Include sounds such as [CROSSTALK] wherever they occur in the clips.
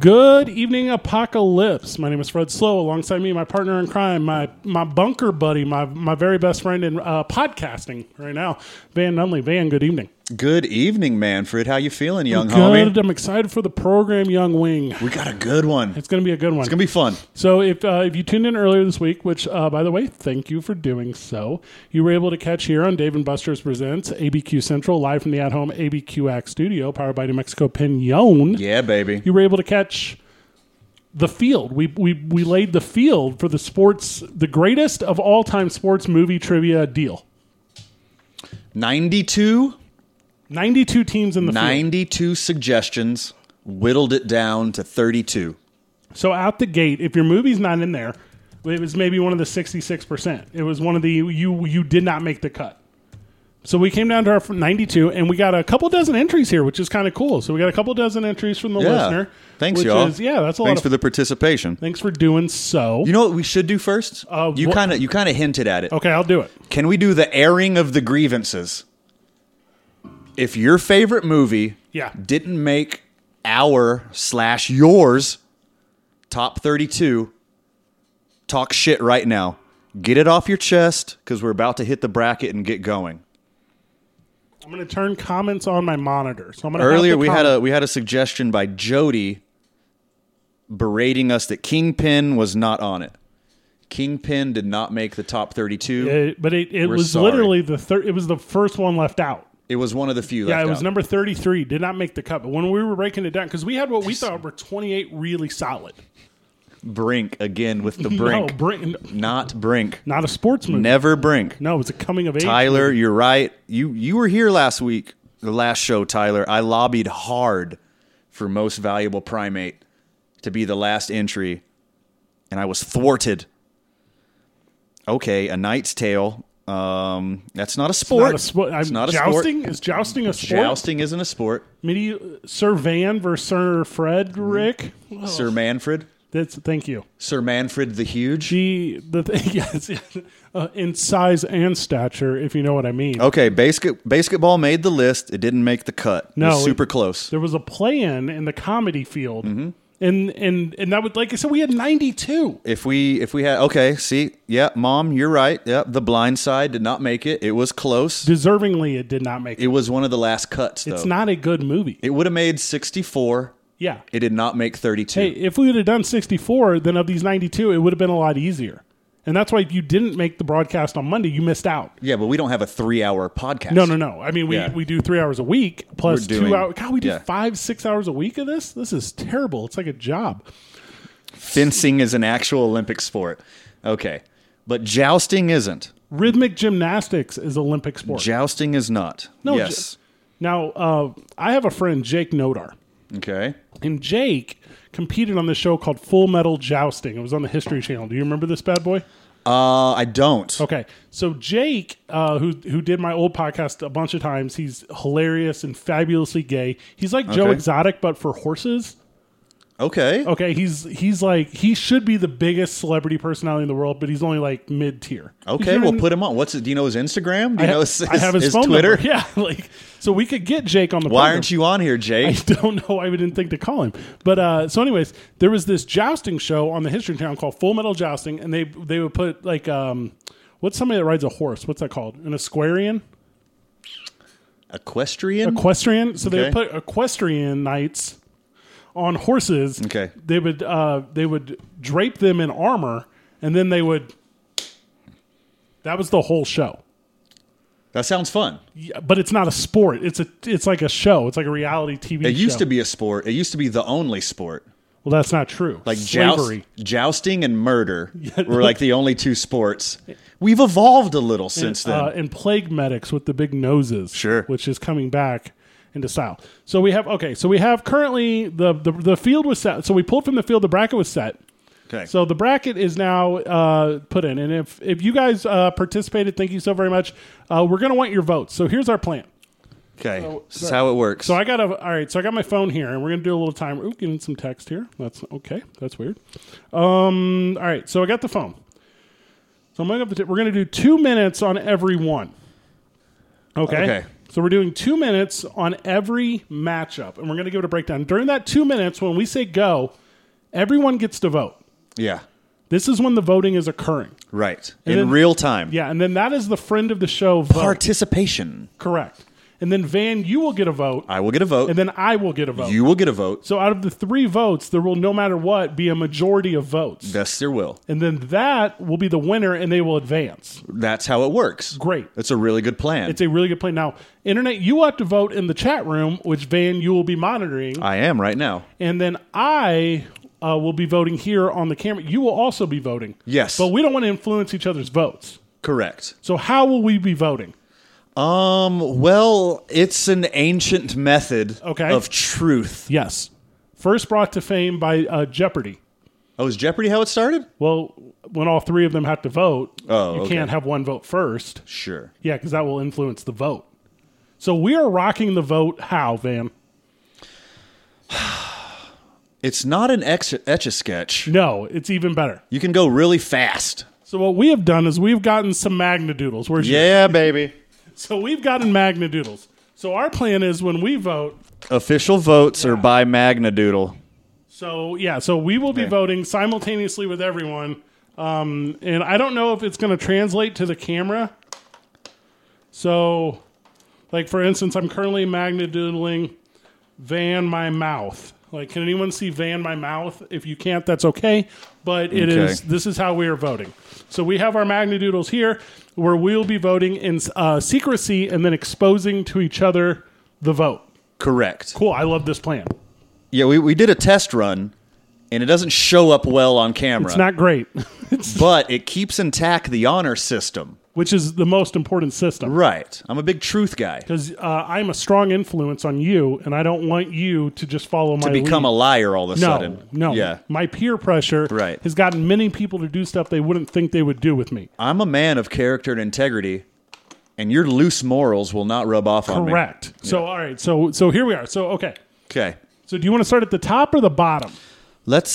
Good evening, Apocalypse. My name is Fred Slow. Alongside me, my partner in crime, my my bunker buddy, my my very best friend in uh, podcasting right now, Van Nunley. Van, good evening. Good evening, Manfred. How you feeling, young Good. homie? I'm excited for the program, Young Wing. We got a good one. It's It's going to be a good one. gonna be fun. So if uh, if you tuned in earlier this week, which uh, by the way, thank you for doing so, you were able to catch here on Dave and Buster's presents ABQ Central live from the at home ABQ Act Studio, powered by New Mexico Pinon. Yeah, baby. You were able to catch the field. We we we laid the field for the sports, the greatest of all time sports movie trivia deal. 92, Ninety two teams in the field. 92 suggestions, whittled it down to 32. So out the gate, if your movie's not in there, it was maybe one of the sixty-six percent. It was one of the you you did not make the cut. So we came down to our ninety-two, and we got a couple dozen entries here, which is kind of cool. So we got a couple dozen entries from the Yeah. listener. Thanks, which y'all. is- yeah, that's a lot. Thanks Of, for the participation. thanks for doing so. You know what we should do first? Uh, you what- kind of you kind of hinted at it. okay, I'll do it. Can we do the airing of the grievances? If your favorite movie Yeah. didn't make our slash yours top 32, talk shit right now. Get it off your chest because we're about to hit the bracket and get going. I'm going to turn comments on my monitor. So I'm going to Earlier we had a we had a suggestion by Jody berating us that Kingpin was not on it. Kingpin did not make the top 32. It, but it, it We're was sorry. literally the third. It was the first one left out. It was one of the few. Yeah, left it was out. number 33. Did not make the cut. But when we were breaking it down, because we had what we thought were 28 really solid. Brink again with the [LAUGHS] brink. No, Brink. Not Brink. Not a sports movie. Never Brink. No, it's a coming of age. Tyler, you're right. You you were here last week, the last show, Tyler. I lobbied hard for most valuable primate to be the last entry, and I was thwarted. Okay, a knight's tale. Um, that's not a Not sport. a spo- I'm It's not a jousting? sport. Is jousting a sport? Jousting isn't a sport. Medi- Sir Van versus Sir Frederick. Sir Manfred. That's thank you. Sir Manfred the Huge. The the thing, [LAUGHS] yes, uh, in size and stature, if you know what I mean. Okay, basket basketball made the list. It didn't make the cut. It No, was it- super close. There was a play-in in the comedy field, Mm-hmm. and and and that would like I said, we had 92. If we if we had okay, see, yeah, mom, you're right. Yeah, the blind side did not make it. It was close. Deservingly, it did not make it. It was one of the last cuts though. It's not a good movie. it would have made 64. yeah. It did not make 32. Hey, if we would have done 64, then of these 92, it would have been a lot easier. And that's why if you didn't make the broadcast on Monday, you missed out. Yeah, but we don't have a 3-hour podcast. No, no, no. I mean, we, Yeah. we do three hours a week plus We're doing- two hours. God, we do yeah. five, six hours a week of this? This is terrible. It's like a job. Fencing is an actual Olympic sport. Okay. But jousting isn't. Rhythmic gymnastics is Olympic sport. Jousting is not. No, yes. now, uh, I have a friend, Jake Nodar. okay. And Jake competed on this show called Full Metal Jousting. It was on the History Channel. Do you remember this bad boy? Uh I don't. Okay, so Jake, uh, who who did my old podcast a bunch of times, he's hilarious and fabulously gay. He's like Joe Okay. Exotic, but for horses. Okay. Okay, he's he's like he should be the biggest celebrity personality in the world, but he's only like mid tier. Okay, we'll put him on. What's it? Do you know his Instagram? Do you I, know his, I have his, phone Twitter? number. [LAUGHS] Yeah, like so we could get Jake on the. Why aren't you on here, Jake? [LAUGHS] I don't know. I didn't think to call him. But uh, so, anyways, there was this jousting show on the History Channel called Full Metal Jousting, and they they would put like um, what's somebody that rides a horse? What's that called? An equestrian. Equestrian? equestrian. So they Okay. put equestrian knights on horses. Okay. They would uh, they would drape them in armor, and then they would. That was the whole show. that sounds fun. Yeah, but it's not a sport. It's a it's like a show. It's like a reality TV. It used to be a sport. It used to be the only sport. Well, that's not true. Like joust, slavery. jousting [LAUGHS] and murder were like the only two sports. We've evolved a little since then. Uh, and plague medics with the big noses. Sure. Which is coming back into style. So we have okay. So we have currently the the, the field was set. So we pulled from the field. The bracket was set. okay. So the bracket is now uh, put in, and if if you guys uh, participated, thank you so very much. Uh, we're gonna want your votes. So here's our plan. okay. this is how it works. So I got a all right. So I got my phone here, and we're gonna do a little time. Ooh, getting some text here. That's okay. That's weird. Um. All right. So I got the phone. So I'm gonna we're gonna do two minutes on every one. Okay. Okay. So we're doing two minutes on every matchup, and we're going to give it a breakdown. During that two minutes, when we say go, everyone gets to vote. Yeah. This is when the voting is occurring. Right. In then- real time. Yeah, and then that is the friend of the show vote. Participation. Correct. And then Van, you will get a vote, I will get a vote. and then I will get a vote. you will get a vote. so out of the three votes, there will no matter what be a majority of votes. Yes, there will. and then that will be the winner and they will advance. That's how it works. Great. That's a really good plan. It's a really good play. Now, internet, you will have to vote in the chat room, which Van, you will be monitoring. I am right now. and then I uh, will be voting here on the camera. You will also be voting. Yes. But we don't want to influence each other's votes. Correct. So how will we be voting? Um, well, it's an ancient method Okay. of truth. Yes. First brought to fame by uh, Jeopardy. Oh, is Jeopardy how it started? Well, when all three of them have to vote, Oh, you okay. can't have one vote first. Sure. Yeah, because that will influence the vote. So we are rocking the vote. How, Van? It's not an etch a sketch. No, it's even better. You can go really fast. So what we have done is we've gotten some magnadoodles. Where's your- Yeah, baby. So we've gotten magnadoodles. So our plan is when we vote. Official votes are by Magna Doodle. So yeah, so we will be Okay. voting simultaneously with everyone. Um, and I don't know if it's going to translate to the camera. So, like for instance, I'm currently magnadoodling Van my mouth. Like, can anyone see Van my mouth? If you can't, that's okay. But it is Okay. this is how we are voting. So we have our magnadoodles here, where we'll be voting in uh, secrecy and then exposing to each other the vote. Correct. Cool. I love this plan. Yeah, we, we did a test run, and it doesn't show up well on camera, It's not great. [LAUGHS] but it keeps intact the honor system. which is the most important system. Right. I'm a big truth guy. Because uh, I'm a strong influence on you, and I don't want you to just follow my To become lead. a liar all of a no, sudden. no. Yeah. My peer pressure Right. has gotten many people to do stuff they wouldn't think they would do with me. I'm a man of character and integrity, and your loose morals will not rub off on me. Correct. So all right. So so here we are. So okay. Okay. So do you want to start at the top or the bottom? Let's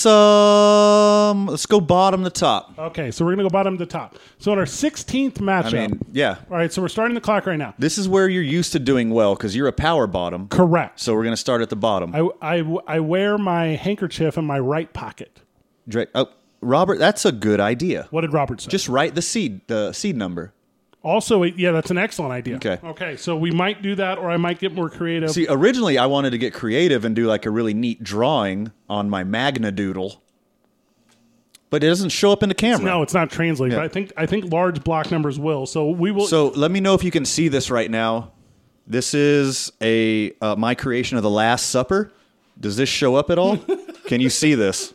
um let's go bottom to top. Okay. So we're gonna go bottom to top. So in our 16th I matchup. mean, yeah. all right. So we're starting the clock right now. This is where you're used to doing well because you're a power bottom. Correct. So we're gonna start at the bottom. I, I, I wear my handkerchief in my right pocket. Drake, oh, Robert, that's a good idea. What did Robert say? Just write the seed, the seed number. Also, yeah, that's an excellent idea. Okay. Okay, so we might do that, or I might get more creative. See, originally I wanted to get creative and do like a really neat drawing on my Magna Doodle, but it doesn't show up in the camera. no, it's not translated. Yeah. But I think I think large block numbers will. So we will. So let me know if you can see this right now. This is a uh, my creation of the Last Supper. Does this show up at [LAUGHS] all? can you see this?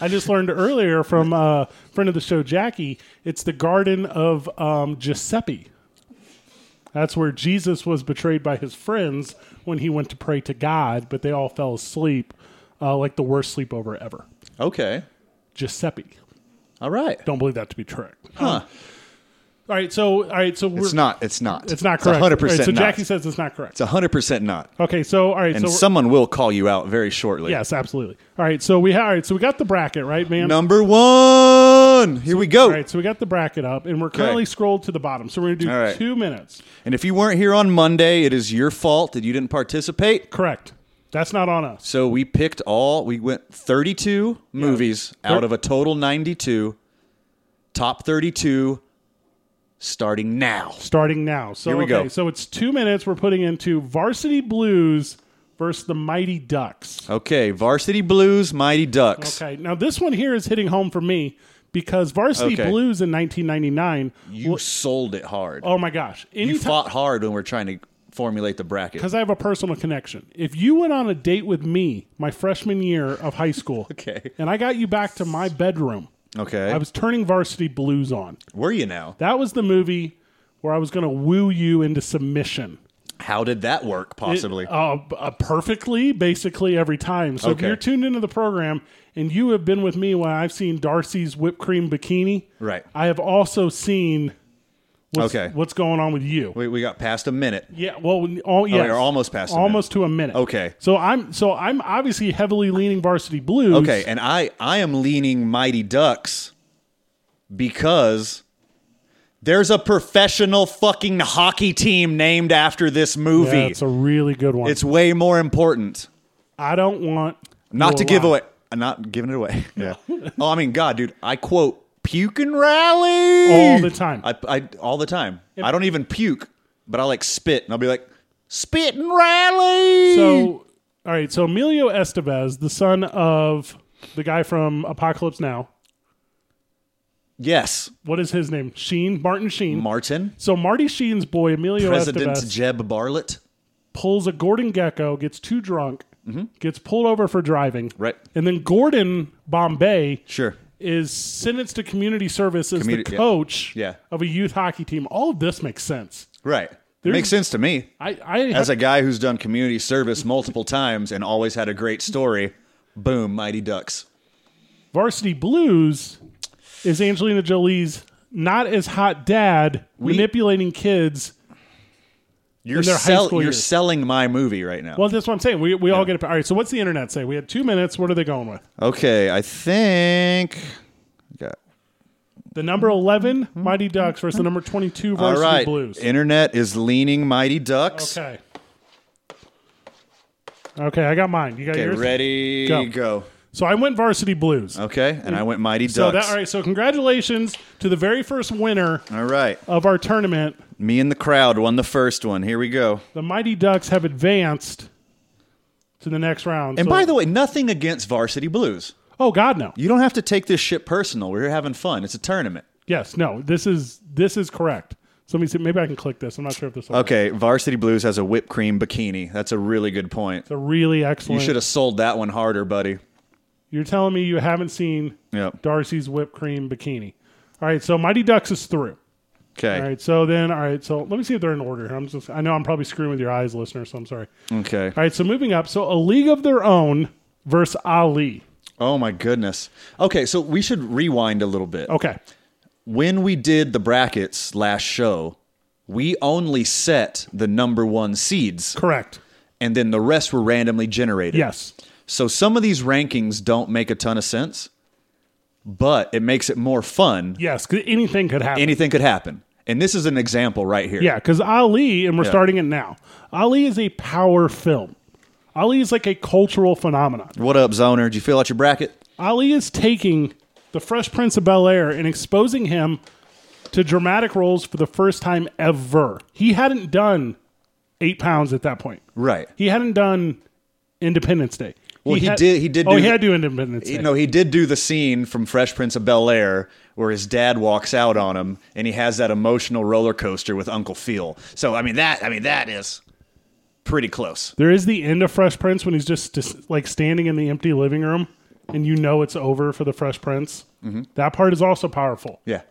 I just learned earlier from uh, friend of the show Jackie, it's the Garden of um, Giuseppe. That's where Jesus was betrayed by his friends when he went to pray to God, but they all fell asleep, uh, like the worst sleepover ever. Okay. Giuseppe. All right. Don't believe that to be correct. All Huh. right, so all right, so we're, It's not. It's not. It's not correct. It's 100% All right, so not. Jackie says it's not correct. it's 100% not. Okay, so all right, And so we're- someone will call you out very shortly. yes, absolutely. All right, so we ha- all right, so we got the bracket right, man. Number one. Here we go. All right, so we got the bracket up, and we're currently scrolled to the bottom. So we're gonna do All right. two minutes. And if you weren't here on Monday, it is your fault that you didn't participate. Correct. That's not on us. So we picked all, we went 32 movies out Thir- of a total 92, top 32, starting now. Starting now. So Here we okay, go. so it's two minutes. We're putting into Varsity Blues versus the Mighty Ducks. Okay, Varsity Blues, Mighty Ducks. Okay, now this one here is hitting home for me because Varsity Okay. Blues in 1999. You sold it hard. Oh my gosh! Any you fought hard when we are trying to formulate the bracket. because I have a personal connection. If you went on a date with me my freshman year of high school, [LAUGHS] Okay. and I got you back to my bedroom, Okay. I was turning Varsity Blues on. Were you now? That was the movie where I was going to woo you into submission. How did that work, possibly? Uh, b- uh, perfectly, basically every time. So if Okay. you're tuned into the program and you have been with me when I've seen Darcy's whipped cream bikini, Right. I have also seen what's, Okay. what's going on with you. we, we got past a minute. Yeah, well, all, yes. Oh, you're almost past a minute. almost to a minute. Okay. so I'm so I'm obviously heavily leaning Varsity Blues. Okay, and I I am leaning Mighty Ducks because There's a professional fucking hockey team named after this movie. Yeah, it's it's, a really good one. way more important. I don't want Not you to give alive. away. I'm not giving it [LAUGHS] away. Yeah. [LAUGHS] oh, I mean, God, dude, I quote puke and rally All the time. I, I all the time. I don't even puke, but I like spit, and I'll be like, spit and rally. So, all right. So Emilio Estevez, the son of the guy from Apocalypse Now. yes, What is his name? Sheen, Martin Sheen. Martin, so Marty Sheen's boy Emilio President Estevez Jeb Barlett. pulls a Gordon Gecko, gets too drunk, gets pulled over for driving, Mm-hmm. Right. and then Gordon Bombay Sure. is sentenced to community service as Communi- the yeah. coach Yeah. of a youth hockey team. All of this makes sense. Right. Makes sense to me. I, I As a guy who's done community service multiple times and always had a great story, boom, Mighty Ducks. Varsity Blues is Angelina Jolie's not as hot dad manipulating kids. You're, their high sell- school you're years. selling my movie right now. Well, that's what I'm saying. We, we all get it. All right. So what's the internet say? We had two minutes. What are they going with? okay, I think. Okay. The number 11 Mighty Ducks versus the number 22 Hmm? All Varsity right. Blues. Internet is leaning Mighty Ducks. Okay. Okay, I got mine. You got Okay, yours. ready, Go. go. So I went Varsity Blues. Okay, and I went Mighty So Oh, Ducks. that all right. So congratulations to the very first winner all right. of our tournament. Me and the crowd won the first one. Here we go. The Mighty Ducks have advanced to the next round. And So- by the way, nothing against Varsity Blues. oh God, no. You don't have to take this shit personal. We're here having fun. It's a tournament. Yes, no. This is this is correct. So let me see. Maybe I can click this. I'm not sure if this. Will work. Okay, Varsity Blues has a whipped cream bikini. That's a really good point. It's a really You excellent. should have sold that one harder, buddy. You're telling me you haven't seen Yep. Darcy's whipped cream bikini. All right. So Mighty Ducks is through. Okay. All right. So then, all right. So let me see if they're in order. here. I'm just. I know I'm probably screwing with your eyes, listener. So I'm sorry. Okay. All right. So moving up. So a league of their own versus Ali. Oh my goodness. Okay, so we should rewind a little bit. Okay. When we did the brackets last show, we only set the number one seeds, Correct. and then the rest were randomly generated. Yes. So some of these rankings don't make a ton of sense, but it makes it more fun. Yes. 'cause anything could happen. Anything could happen. And this is an example right here. yeah. Because Ali, and we're starting it now. Ali is a power film. Ali is like a cultural phenomenon. What up, Zoner? Did you fill out your bracket? Ali is taking the Fresh Prince of Bel Air and exposing him to dramatic roles for the first time ever. He hadn't done eight pounds at that point. Right. He hadn't done Independence Day. Well, he did- he did Oh, do he the- had to do Independence You Day. know, he did do the scene from Fresh Prince of Bel Air where his dad walks out on him, and he has that emotional roller coaster with Uncle Phil. So, I mean that, I mean that is pretty close. There is the end of Fresh Prince when he's just, just like standing in the empty living room, and you know it's over for the Fresh Prince. Mm-hmm. That part is also powerful. Yeah,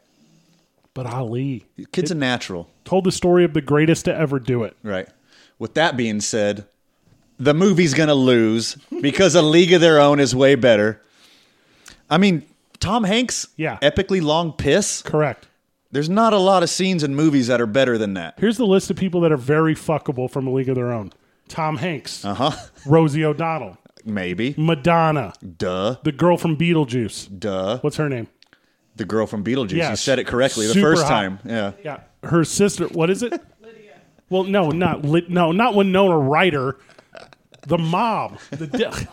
But Ali kid's a natural, told the story of the greatest to ever do it. right? With that being said, the movie's gonna lose because A League of Their Own is way better. I mean, Tom Hanks, Yeah. epically long piss. Correct. There's not a lot of scenes in movies that are better than that. Here's the list of people that are very fuckable from A League of Their Own. Tom Hanks, Uh huh. Rosie O'Donnell, Maybe. Madonna, Duh. the girl from Beetlejuice. Duh. What's her name? The girl from Beetlejuice. Yeah, you said it correctly the super first hot. time. Yeah. Yeah, her sister. What is it? Lydia. Well, no, not Lit. No, not Winona Ryder. The mom. The [LAUGHS] di-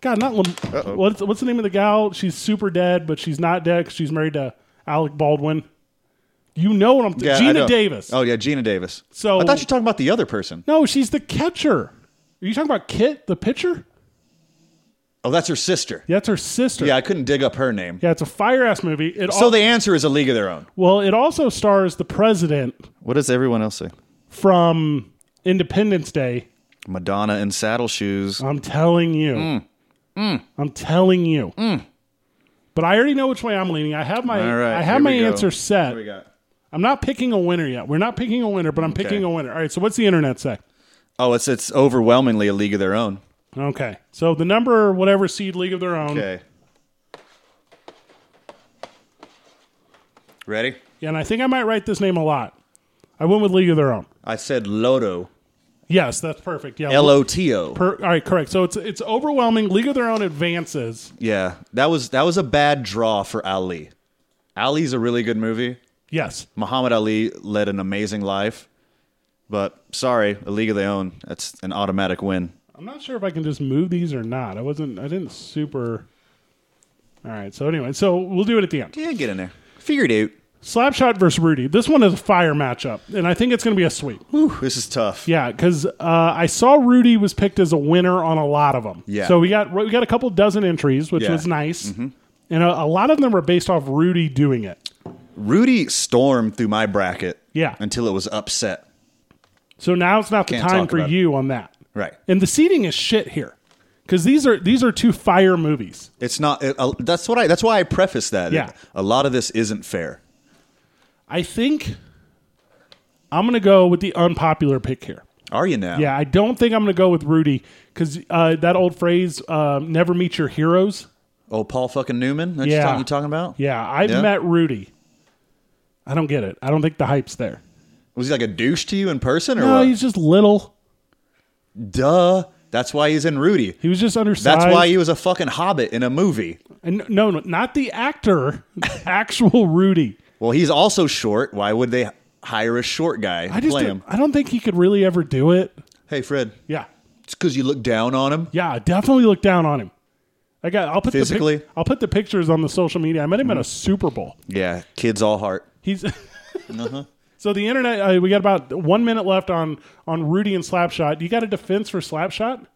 God, not Lim- what's what's the name of the gal? She's super dead, but she's not dead 'cause she's married to Alec Baldwin. You know what I'm? Th- Yeah, I Gina know. Davis. Oh yeah, Gina Davis. So- I thought you were talking about the other person. No, she's the catcher. Are you talking about Kit, the pitcher? Oh, that's her sister. Yeah, that's her sister. Yeah, I couldn't dig up her name. Yeah, it's a fire ass movie. It So al- the answer is a league of their own. well, it also stars the president What does everyone else say? from Independence Day. Madonna in saddle shoes. I'm telling you. Mm. I'm telling you. But I already know which way I'm leaning. I have my All right, I have here my we go. answer set. What do we got? I'm not picking a winner yet. We're not picking a winner, but I'm picking a winner. All right, so what's the internet say? Oh, it's it's overwhelmingly a league of their own. Okay. So the number whatever seed league of their own. Okay. Ready? And I think I might write this name a lot. I went with League of Their Own. I said Loto. Yes, that's perfect. Yeah. L O T O. per, all right, correct. So it's it's overwhelming. League of Their Own advances. Yeah. That was that was a bad draw for Ali. Ali's a really good movie. Yes. Muhammad Ali led an amazing life, but sorry, a league of their own. That's an automatic win. I'm not sure if I can just move these or not. I wasn't. I didn't super. All right. So anyway, so we'll do it at the end. Yeah, get in there. Figure it out. Slapshot versus Rudy. This one is a fire matchup, and I think it's going to be a sweep. Whew, this is tough. Yeah, because uh, I saw Rudy was picked as a winner on a lot of them. Yeah. So we got we got a couple dozen entries, which Yeah. Mm-hmm. was nice, and a, a lot of them were based off Rudy doing it. Rudy stormed through my bracket. Yeah. Until it was upset. So now it's not the Can't time talk for about it. you on that. Right. And the seating is shit here, because these are these are two fire movies. It's not. It, uh, that's what I. That's why I preface that. Yeah. A lot of this isn't fair. I think I'm going to go with the unpopular pick here. Are you now? Yeah, I don't think I'm going to go with Rudy because uh, that old phrase, uh, "Never meet your heroes." Oh, Paul fucking Newman. That's Yeah. yeah. you talking about? Yeah, I've Yeah. met Rudy. I don't get it. I don't think the hype's there. Was he like a douche to you in person or No, what? he's just little. Duh. That's why he's in Rudy. He was just undersized. That's why he was a fucking hobbit in a movie. And no, no, not the actor, [LAUGHS] actual Rudy. Well, he's also short. Why would they hire a short guy to I just, play don't, him? I don't think he could really ever do it. Hey, Fred. Yeah, It's because you look down on him. yeah, I definitely look down on him. I got. I'll put Physically? The Mm-hmm. pic- I'll put the pictures on the social media. I met him at a Super Bowl. Yeah, kids all heart. He's. [LAUGHS] Uh-huh. So the internet, uh, we got about one minute left on on Rudy and Slapshot. You got a defense for Slapshot?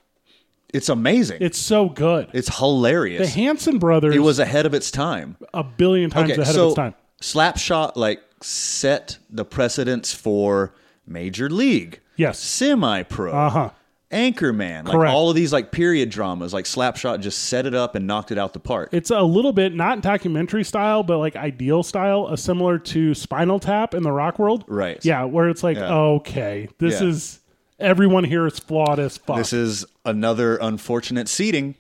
It's amazing. It's so good. it's the hilarious. Hanson brothers. it was ahead of its time. a billion times ahead of its time. Slapshot like set the precedence for Major League. Yes. Semi pro. Uh-huh. Anchorman. Like Correct. all of these like period dramas. Like Slapshot just set it up and knocked it out the park. It's a little bit not documentary style, but like ideal style, uh, similar to Spinal Tap in the rock world. Right. Yeah, where it's like, Yeah. okay, this Yeah. is everyone here is flawed as fuck. this is another unfortunate seating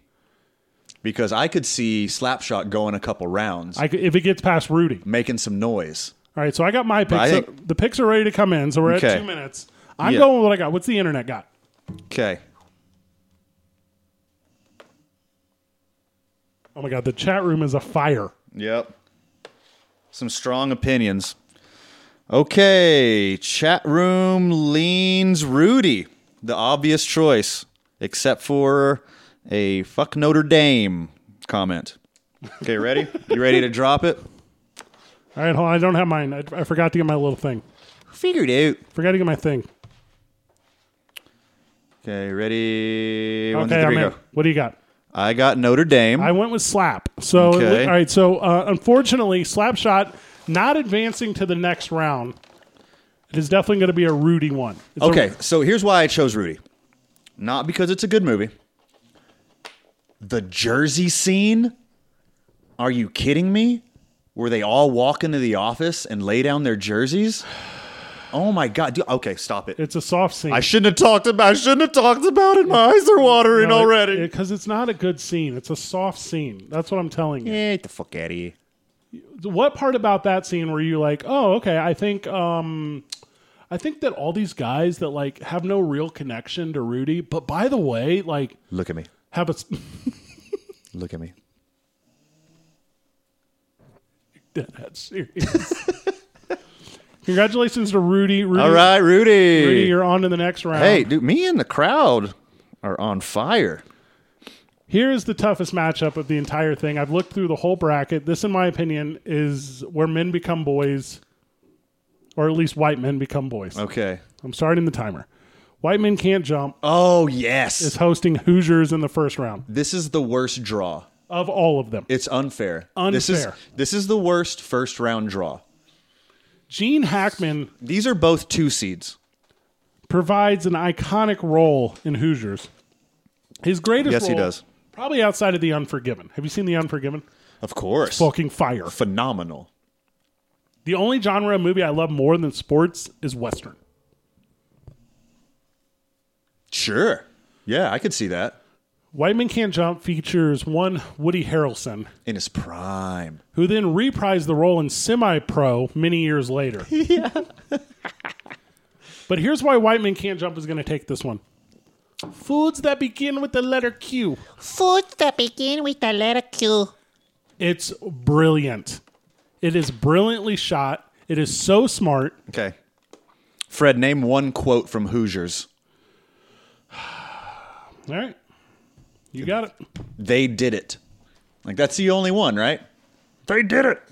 because I could see Slapshot going a couple rounds, I c if it gets past Rudy. making some noise. All right, so I got my picks. I So think- the picks are ready to come in, so we're Okay. at two minutes. I'm Yeah. going with what I got. What's the internet got? Okay. Oh my god, the chat room is afire. Yep. Some strong opinions. Okay, chat room leans Rudy, the obvious choice, except for a fuck Notre Dame comment. Okay, ready? you ready to drop it? All right, hold on. I don't have mine. I, I forgot to get my little thing. Figured out. Forgot to get my thing. Okay, ready? One, two, Okay, I'm three, in. go. What do you got? I got Notre Dame. I went with Slap. So Okay. all right. So uh, unfortunately, Slapshot not advancing to the next round. It is definitely going to be a Rudy one. It's a- Okay, so here's why I chose Rudy. Not because it's a good movie. The Jersey scene? Are you kidding me? Where they all walk into the office and lay down their jerseys? Oh my god. dude, okay, stop it. it's a soft scene. I shouldn't have talked about I shouldn't have talked about it. My eyes are watering already. because it's not a good scene. It's a soft scene. That's what I'm telling you. yeah, get the fuck out of here. What part about that scene were you like, oh, okay? I think, um, I think that all these guys that like have no real connection to Rudy, but by the way, like Look at me. have a s- [LAUGHS] Look at me. deadhead serious. [LAUGHS] Congratulations to Rudy. Rudy All right, Rudy. Rudy, you're on to the next round. hey, dude, me and the crowd are on fire. Here is the toughest matchup of the entire thing. I've looked through the whole bracket. This, in my opinion, is where men become boys, or at least white men become boys. Okay. I'm starting the timer. White men can't jump Oh, yes. is hosting Hoosiers in the first round This is the worst draw. of all of them. It's unfair. This is Unfair. this is the worst first round draw. Gene Hackman These are both two seeds. provides an iconic role in Hoosiers. His greatest Yes, he role- does. Probably outside of The Unforgiven. Have you seen The Unforgiven? Of course. Fucking fire. Phenomenal. The only genre of movie I love more than sports is Western. Sure. Yeah, I could see that. White Men Can't Jump features one Woody Harrelson, In his prime. who then reprised the role in Semi Pro many years later. but here's why White Men Can't Jump is going to take this one Foods that begin with the letter Q. Foods that begin with the letter Q. It's brilliant. It is brilliantly shot. It is so smart. Okay. Fred, name one quote from Hoosiers. All right. You got it. They did it. Like that's the only one, right? They did it.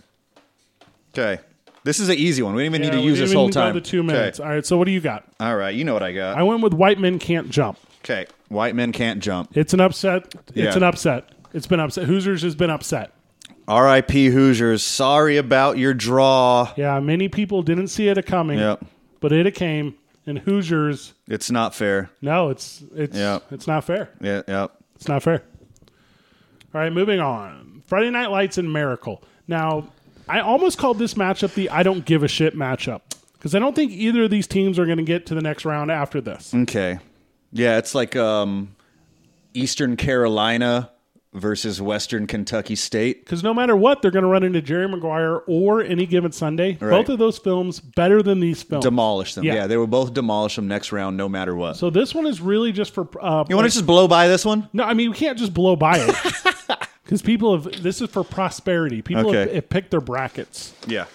Okay. This is an easy one. We didn't even need Yeah, to we use this didn't whole go time. The two minutes. All right. So what do you got? Okay. All right, you know what I got. I went with white men can't jump. Okay. White men can't jump. It's an upset. Yeah. It's an upset. It's been upset. Hoosiers has been upset. R.I.P. Hoosiers. Sorry about your draw. Yeah, many people didn't see it a coming. Yep. But it a came and Hoosiers. It's not fair. No, it's it's Yep. it's not fair. Yeah, yep. It's not fair. All right, moving on. Friday Night Lights and Miracle. Now, I almost called this matchup the I don't give a shit matchup because I don't think either of these teams are going to get to the next round after this. Okay. Yeah, it's like um Eastern Carolina versus Western Kentucky State. Because no matter what, they're going to run into Jerry Maguire or any given Sunday. Right. Both of those films better than these films. Demolish them. Yeah. Yeah, they will both demolish them next round no matter what. so this one is really just for. Uh, you want to just blow by this one? No, I mean we can't just blow by [LAUGHS] it because people have. This is for prosperity. People have, Okay. have picked their brackets. Yeah.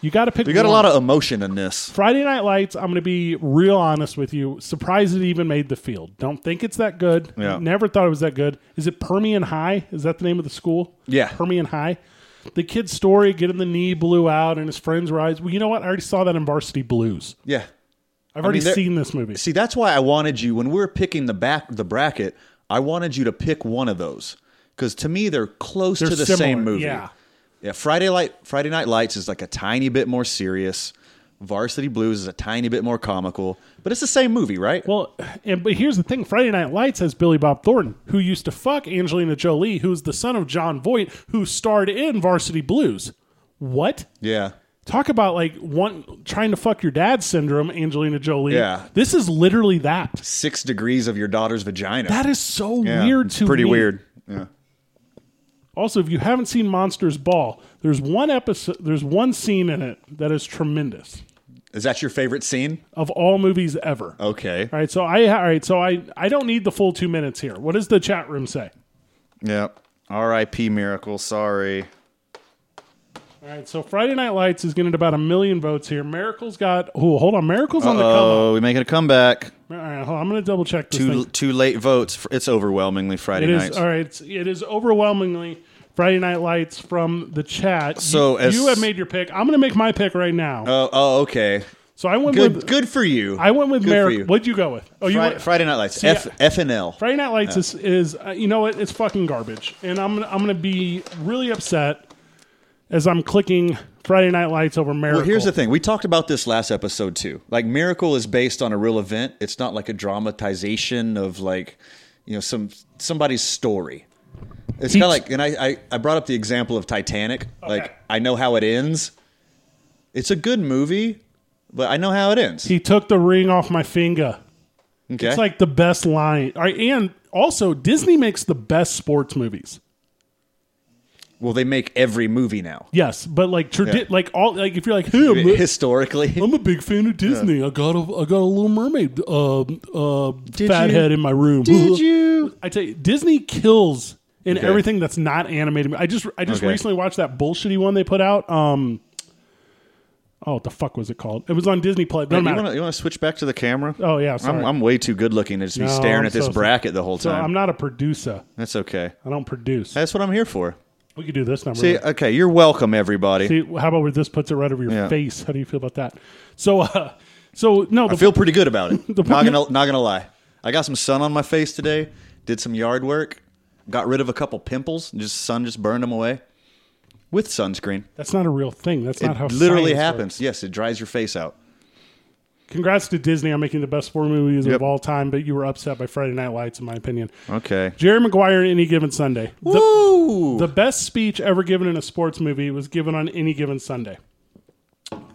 You got to pick. We got a one. lot of emotion in this. Friday Night Lights. I'm going to be real honest with you. Surprised it even made the field. Don't think it's that good. Yeah. Never thought it was that good. Is it Permian High? Is that the name of the school? Yeah. Permian High. The kid's story, getting the knee blew out, and his friends were eyes. Well, you know what? I already saw that in Varsity Blues. Yeah. I've already mean, there- seen this movie. See, that's why I wanted you when we were picking the back the bracket, I wanted you to pick one of those cuz to me they're close They're to the similar, same movie. yeah. Yeah, Friday Light Friday Night Lights is like a tiny bit more serious. Varsity Blues is a tiny bit more comical, but it's the same movie, right? Well, and but here's the thing: Friday Night Lights has Billy Bob Thornton, who used to fuck Angelina Jolie, who's the son of John Voight, who starred in Varsity Blues. What? yeah. Talk about like one trying to fuck your dad syndrome, Angelina Jolie. Yeah. this is literally that. six degrees of your daughter's vagina. That is so Yeah, weird it's to pretty me. weird. Yeah. Also, if you haven't seen Monsters Ball, there's one episode, there's one scene in it that is tremendous Is that your favorite scene? of all movies ever. Okay. All right, so I all right, so I I don't need the full two minutes here. What does the chat room say? Yep. R.I.P. Miracle. Sorry. All right, so Friday Night Lights is getting about a million votes here. Miracle's got oh, hold on, Miracle's on the come up. Oh, we making a comeback. All right, hold on, I'm going to double check this Two thing. two late votes. It's overwhelmingly Friday It nights. is all right. It's, it is overwhelmingly Friday Night Lights from the chat. So you, as- you have made your pick. I'm going to make my pick right now. Oh, oh, okay. so I went Good, with good for you. I went with Good for Miracle. you. What'd you go with? Oh, you Fri- went, Friday Night Lights. F I- F and L. Friday Night Lights is, is uh, you know what? It's fucking garbage, and I'm gonna, I'm going to be really upset as I'm clicking Friday Night Lights over Miracle. Well, here's the thing. We talked about this last episode too. Like Miracle is based on a real event. It's not like a dramatization of like, you know, some somebody's story. It's kind of like, and I, I I brought up the example of Titanic. Like I know how it ends. It's a good movie, but I know how it ends. He took the ring off my finger. Okay, It's like the best line. All right, and also Disney makes the best sports movies. well, they make every movie now. Yes, but like tradi- Yeah. like all like if you're like, hey, I'm a, Historically, I'm a big fan of Disney. I got a I got a Little Mermaid uh, uh, fathead in my room. [LAUGHS] did you? I tell you, Disney kills in Okay. everything that's not animated. I just I just Okay. recently watched that bullshitty one they put out. Um, oh, what the fuck was it called? It was on Disney Plus. You Doesn't matter. want to switch back to the camera? Oh yeah, sorry. I'm, I'm way too good looking to just be No, staring I'm at this so sorry. bracket the whole so time. I'm not a producer. That's okay. I don't produce. That's what I'm here for. We could do this number. See, uh, okay, you're welcome, everybody. See, how about where this puts it right over your Yeah. face? How do you feel about that? So, uh, so no, the I feel pretty good about [LAUGHS] it. not point- gonna, not gonna lie. I got some sun on my face today. Did some yard work. Got rid of a couple pimples. and Just sun just burned them away with sunscreen. that's not a real thing. That's not how it literally science happens. Yes, it dries your face out. works. Congrats to Disney on making the best four movies Yep. of all time, but you were upset by Friday Night Lights, in my opinion. Okay. Jerry Maguire, any given Sunday. The, Woo! the best speech ever given in a sports movie was given on any given Sunday.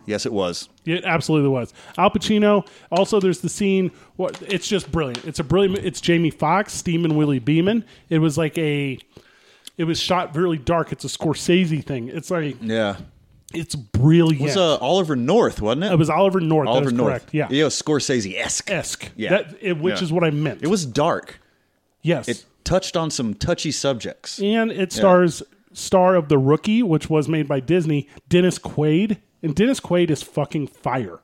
yes, it was. It absolutely was. Al Pacino. Also, there's the scene. What? It's just brilliant. It's a brilliant. It's Jamie Foxx, Steam and Willie Beeman. It was like a. It was shot really dark. It's a Scorsese thing. It's like Yeah. it's brilliant. It's uh, Oliver North, wasn't it? it was Oliver North. Oliver that is North. Oh, correct. Yeah. It was Scorsese esque. Esque. Yeah. That, it, which Yeah. is what I meant. It was dark. yes. It touched on some touchy subjects. and it stars star of the rookie, which was made by Disney, Dennis Quaid, And Dennis Quaid is fucking fire.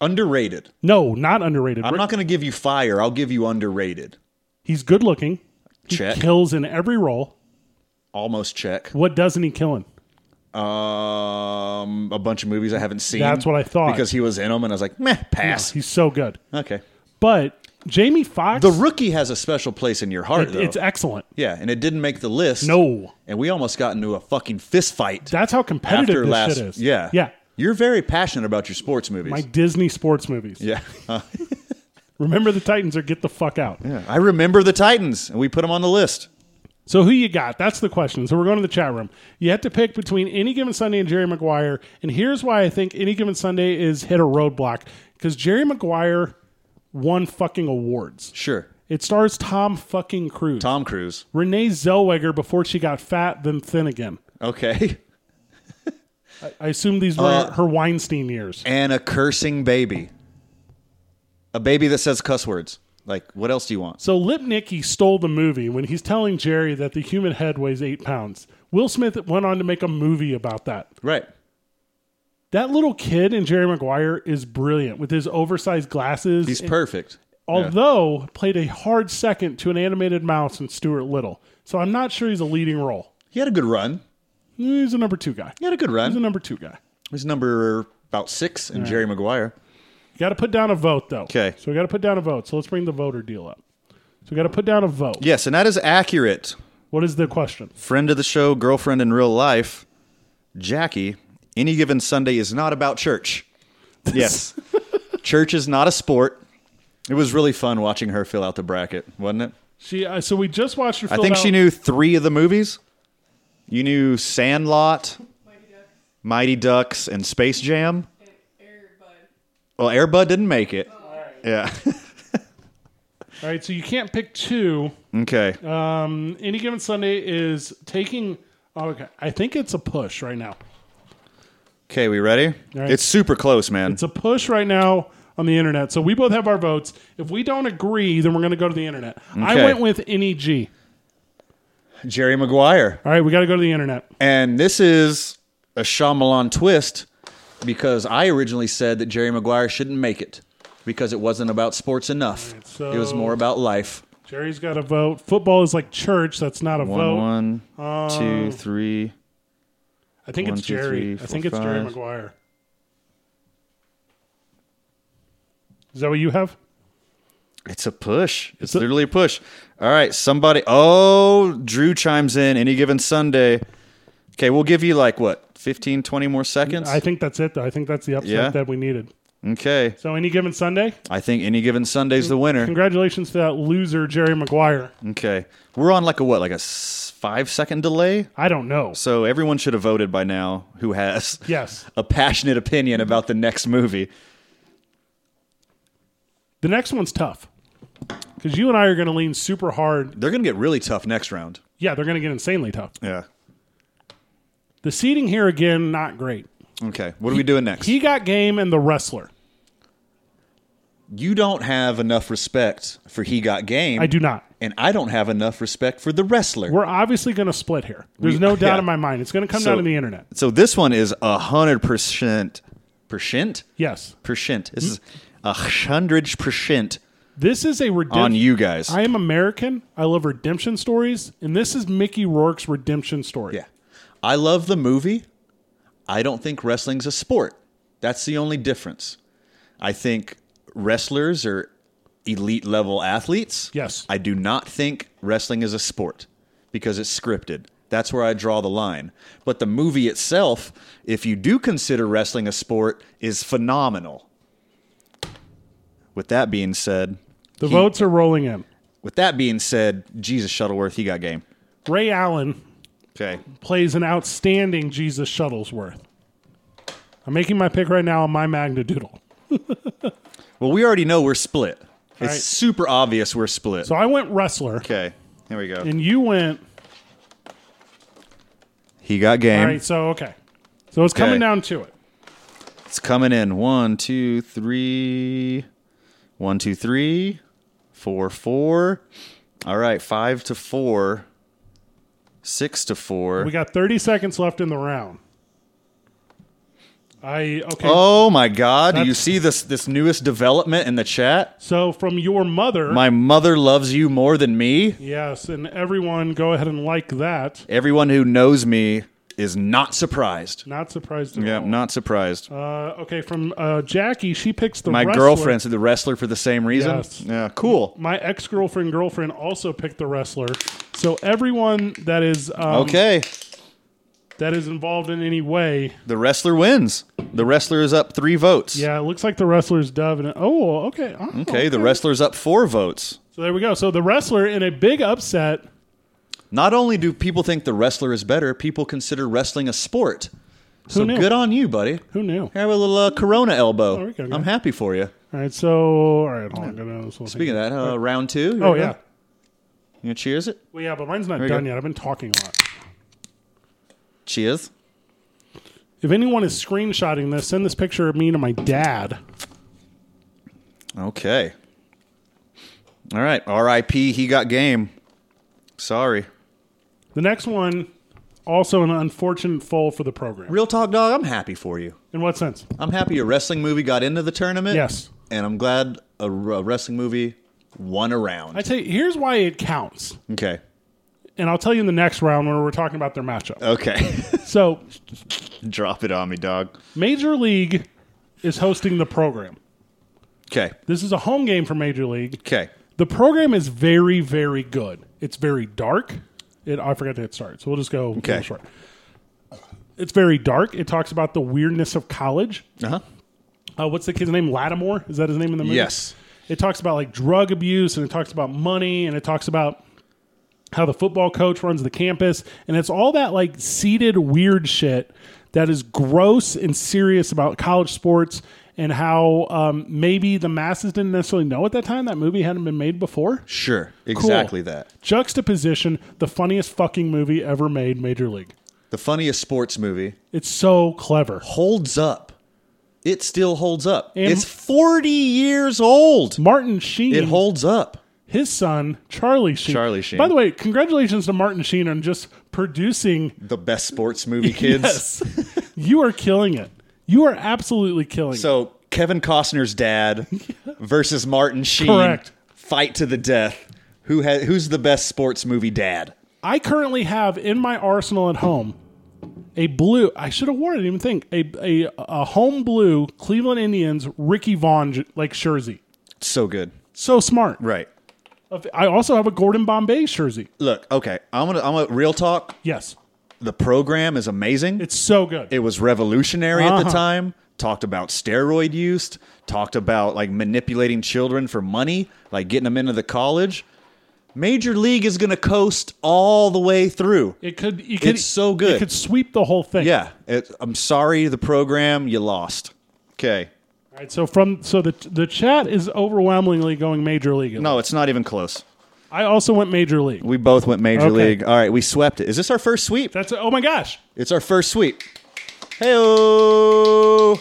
Underrated. No, not underrated. I'm not going to give you fire. I'll give you underrated. He's good looking. He Check. kills in every role. Almost check. What doesn't he kill in? Um, a bunch of movies I haven't seen. That's what I thought. because he was in them, and I was like, meh, pass. Oh, He's so good. okay. But Jamie Foxx, The rookie has a special place in your heart, it- though. it's excellent. yeah, and it didn't make the list. No. and we almost got into a fucking fist fight That's how competitive after this last. shit is. Yeah, Yeah. You're very passionate about your sports movies. My Disney sports movies. yeah, [LAUGHS] Remember the Titans or get the fuck out. Yeah. I remember the Titans, and we put them on the list. So who you got? That's the question. So we're going to the chat room. You have to pick between Any Given Sunday and Jerry Maguire. And here's why I think Any Given Sunday is hit a roadblock because Jerry Maguire won fucking awards. Sure, It stars Tom fucking Cruise. Tom Cruise. Renee Zellweger before she got fat, then thin again. Okay, [LAUGHS] I assume these were Uh, her Weinstein years. and a cursing baby, a baby that says cuss words. Like, what else do you want? So Lipnicki stole the movie when he's telling Jerry that the human head weighs eight pounds. Will Smith went on to make a movie about that. Right. That little kid in Jerry Maguire is brilliant with his oversized glasses. He's and- perfect. although played a hard second to an animated mouse in Stuart Little. So I'm not sure he's a leading role. He had a good run. He's a number two guy. He had a good He's a run. number two guy. He's number about six in Jerry Maguire. You got to put down a vote though. 'Kay. So we got to put down a vote. So let's bring the voter deal up. So we got to put down a vote. Yes, and that is accurate. What is the question? Friend of the show, girlfriend in real life, Jackie. Any given Sunday is not [LAUGHS] about church. Yes, church is not a sport. It was really fun watching her fill out the bracket, wasn't it? She. Uh, so we just watched her. I fill think out- she knew three of the movies. You knew Sandlot, Mighty Ducks, and Space Jam. Well, Airbud didn't make it. Yeah. [LAUGHS] All right. So you can't pick two. okay. Um, Any given Sunday is taking. Oh, okay. I think it's a push right now. Okay, we ready? right. It's super close, man. It's a push right now on the internet. So we both have our votes. If we don't agree, then we're going to go to the internet. I Okay. went with NEG. Jerry Maguire. All right, we got to go to the internet. And this is a Shyamalan twist because I originally said that Jerry Maguire shouldn't make it because it wasn't about sports enough. so- it was more about life. Jerry's got a vote. Football is like church. That's not a vote. One, one, um, two, three. I think One, it's two, Jerry. three, I four, think it's Jerry five. Maguire. Is that what you have? It's a push. It's literally a push. All right, somebody. Oh, Drew chimes in any given Sunday. Okay, we'll give you like what, 15, 20 more seconds? I think that's it, though. I think that's the upset Yeah. that we needed. okay. So, any given Sunday, I think any given Sunday's the winner. congratulations to that loser, Jerry Maguire. Okay. We're on like a what, like a s- five second delay? I don't know. So everyone should have voted by now who has Yes. a passionate opinion about the next movie. The next one's tough because you and I are going to lean super hard They're going to get really tough next round. Yeah, they're going to get insanely tough. Yeah. The seating here again, not great. Okay. What are we doing next? He got game and the wrestler. you don't have enough respect for He Got Game. I do not. And I don't have enough respect for the wrestler. We're obviously going to split here. There's no doubt yeah. in my mind. It's going to come So- down to the internet. so this one is a hundred percent, percent, Yes, percent. This is a hundred percent this is a redemption. on you guys. I am American. I love redemption stories, and this is Mickey Rourke's redemption story. Yeah. I love the movie. I don't think wrestling's a sport. That's the only difference. I think wrestlers are elite level athletes. Yes. I do not think wrestling is a sport because it's scripted. That's where I draw the line. But the movie itself, if you do consider wrestling a sport, is phenomenal. With that being said, the votes are rolling in. with that being said, Jesus Shuttleworth, he got game. Ray Allen Okay. plays an outstanding Jesus Shuttlesworth. I'm making my pick right now on my Magnadoodle. Well, we already know we're split. it's right. super obvious we're split. So I went wrestler, okay, here we go. and you went. He got All game. right, so okay. So it's coming Okay. down to it. It's coming in. One, two, three. One, two, three. Four, four. All right, five to four. Six to four. We got 30 seconds left in the round. I okay. Oh my God! Do you see this this newest development in the chat? So from your mother, My mother loves you more than me. yes, and everyone, go ahead and like that. Everyone who knows me is not surprised. Not surprised. At Yeah, all. not surprised. Uh, okay, from uh, Jackie, she picks the my wrestler. girlfriend said the wrestler for the same reason. Yes. Yeah, cool. My ex girlfriend, girlfriend also picked the wrestler. So everyone that is um, Okay, that is involved in any way, the wrestler wins. The wrestler is up three votes. yeah, it looks like the wrestler's dove. And oh, okay, oh, Okay, the wrestler's up four votes. So there we go. So the wrestler in a big upset. Not only do people think the wrestler is better, people consider wrestling a sport. so knew? good on you, buddy. Who knew? All Have a little uh, Corona elbow. we go, guy. I'm happy for you. right, so all right, hold on. go down this whole Speaking thing. of that, uh, round two. you oh ready? yeah, You gonna cheers it? well yeah, but mine's not you done go. yet. I've been talking a lot. Cheers. If anyone is screenshotting this, send this picture of me to my dad. Okay. All right. R.I.P. He got game. Sorry. The next one, also an unfortunate fall for the program. Real talk, dog. I'm happy for you. In what sense? I'm happy a wrestling movie got into the tournament. Yes. And I'm glad a, a wrestling movie won a round. I tell you, here's why it counts. okay. And I'll tell you in the next round when we're talking about their matchup. Okay. [LAUGHS] So, Drop it on me, dog. Major League is hosting the program. Okay. This is a home game for Major League. Okay. The program is very, very good. It's very dark. It, I forgot to hit start, so we'll just go Okay. okay. short. It's very dark. It talks about the weirdness of college. Uh huh. Uh, what's the kid's name? Lattimore? Is that his name in the movie? Yes. It talks about like drug abuse and it talks about money and it talks about how the football coach runs the campus and it's all that like seated weird shit that is gross and serious about college sports and how um, maybe the masses didn't necessarily know at that time that movie hadn't been made before. Sure. Cool. Exactly that. Juxtaposition, the funniest fucking movie ever made, Major League. The funniest sports movie It's so clever. holds up. It still holds up. And- it's 40 years old. Martin Sheen. It holds up. his son Charlie Sheen. Charlie Sheen. By the way, congratulations to Martin Sheen on just producing. The best [LAUGHS] sports movie, kids. Yes. [LAUGHS] you are killing it. You are absolutely killing it. So Kevin [LAUGHS] Costner's dad versus Martin Sheen Correct. fight to the death. Who ha- who's the best sports movie dad? I currently have in my arsenal at home a blue. I should have worn it. I didn't even think a a, a home blue Cleveland Indians Ricky Vaughn j- like jersey. So good. So smart. Right. I also have a Gordon Bombay jersey. Look, okay. I'm gonna I'm gonna real talk. Yes, The program is amazing. it's so good. it was revolutionary at the Uh-huh. time. Talked about steroid use, talked about like manipulating children for money, like getting them into the college. Major League is gonna coast all the way through. it could. It could It's so good. It could sweep the whole thing. Yeah, it, I'm sorry, the program you lost. Okay, All right, so from so the the chat is overwhelmingly going major league. no, it's not even close. I also went major league. We both went major Okay. league. All right, we swept it. Is this our first sweep? That's oh my gosh. It's our first sweep. Hey,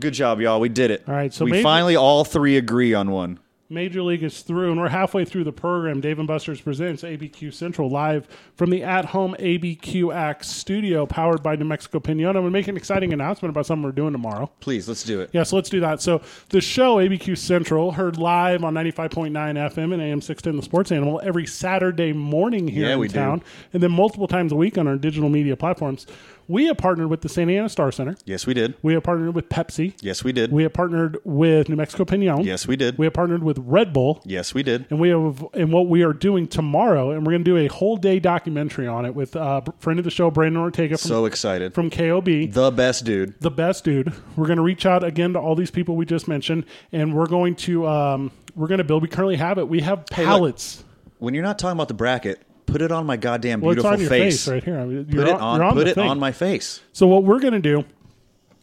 good job, y'all. We did it. All right, so we major- finally all three agree on one. Major League is through, and we're halfway through the program. Dave and Buster's presents ABQ Central live from the at home ABQ Act studio powered by New Mexico Pinona. We're making an exciting announcement about something we're doing tomorrow. Please, let's do it. Yeah, so let's do that. So the show ABQ Central heard live on 95.9 FM and AM 610 The Sports Animal every Saturday morning here Yeah, in we do. town and then multiple times a week on our digital media platforms. We have partnered with the Santa Ana Star Center. Yes, we did. We have partnered with Pepsi. Yes, we did. We have partnered with New Mexico Pinon. yes, we did. We have partnered with Red Bull. yes, we did. And we have, and what we are doing tomorrow, and we're going to do a whole day documentary on it with uh, friend of the show Brandon Ortega from, So excited. from KOB, the best dude. the best dude. We're going to reach out again to all these people we just mentioned, and we're going to um, we're going to build. We currently have it. We have look. pallets. When you're not talking about the bracket, put it on my goddamn well, it's beautiful on your face. face. right here. I mean, Put you're it on. you're put the it thing. on my face. So what we're going to do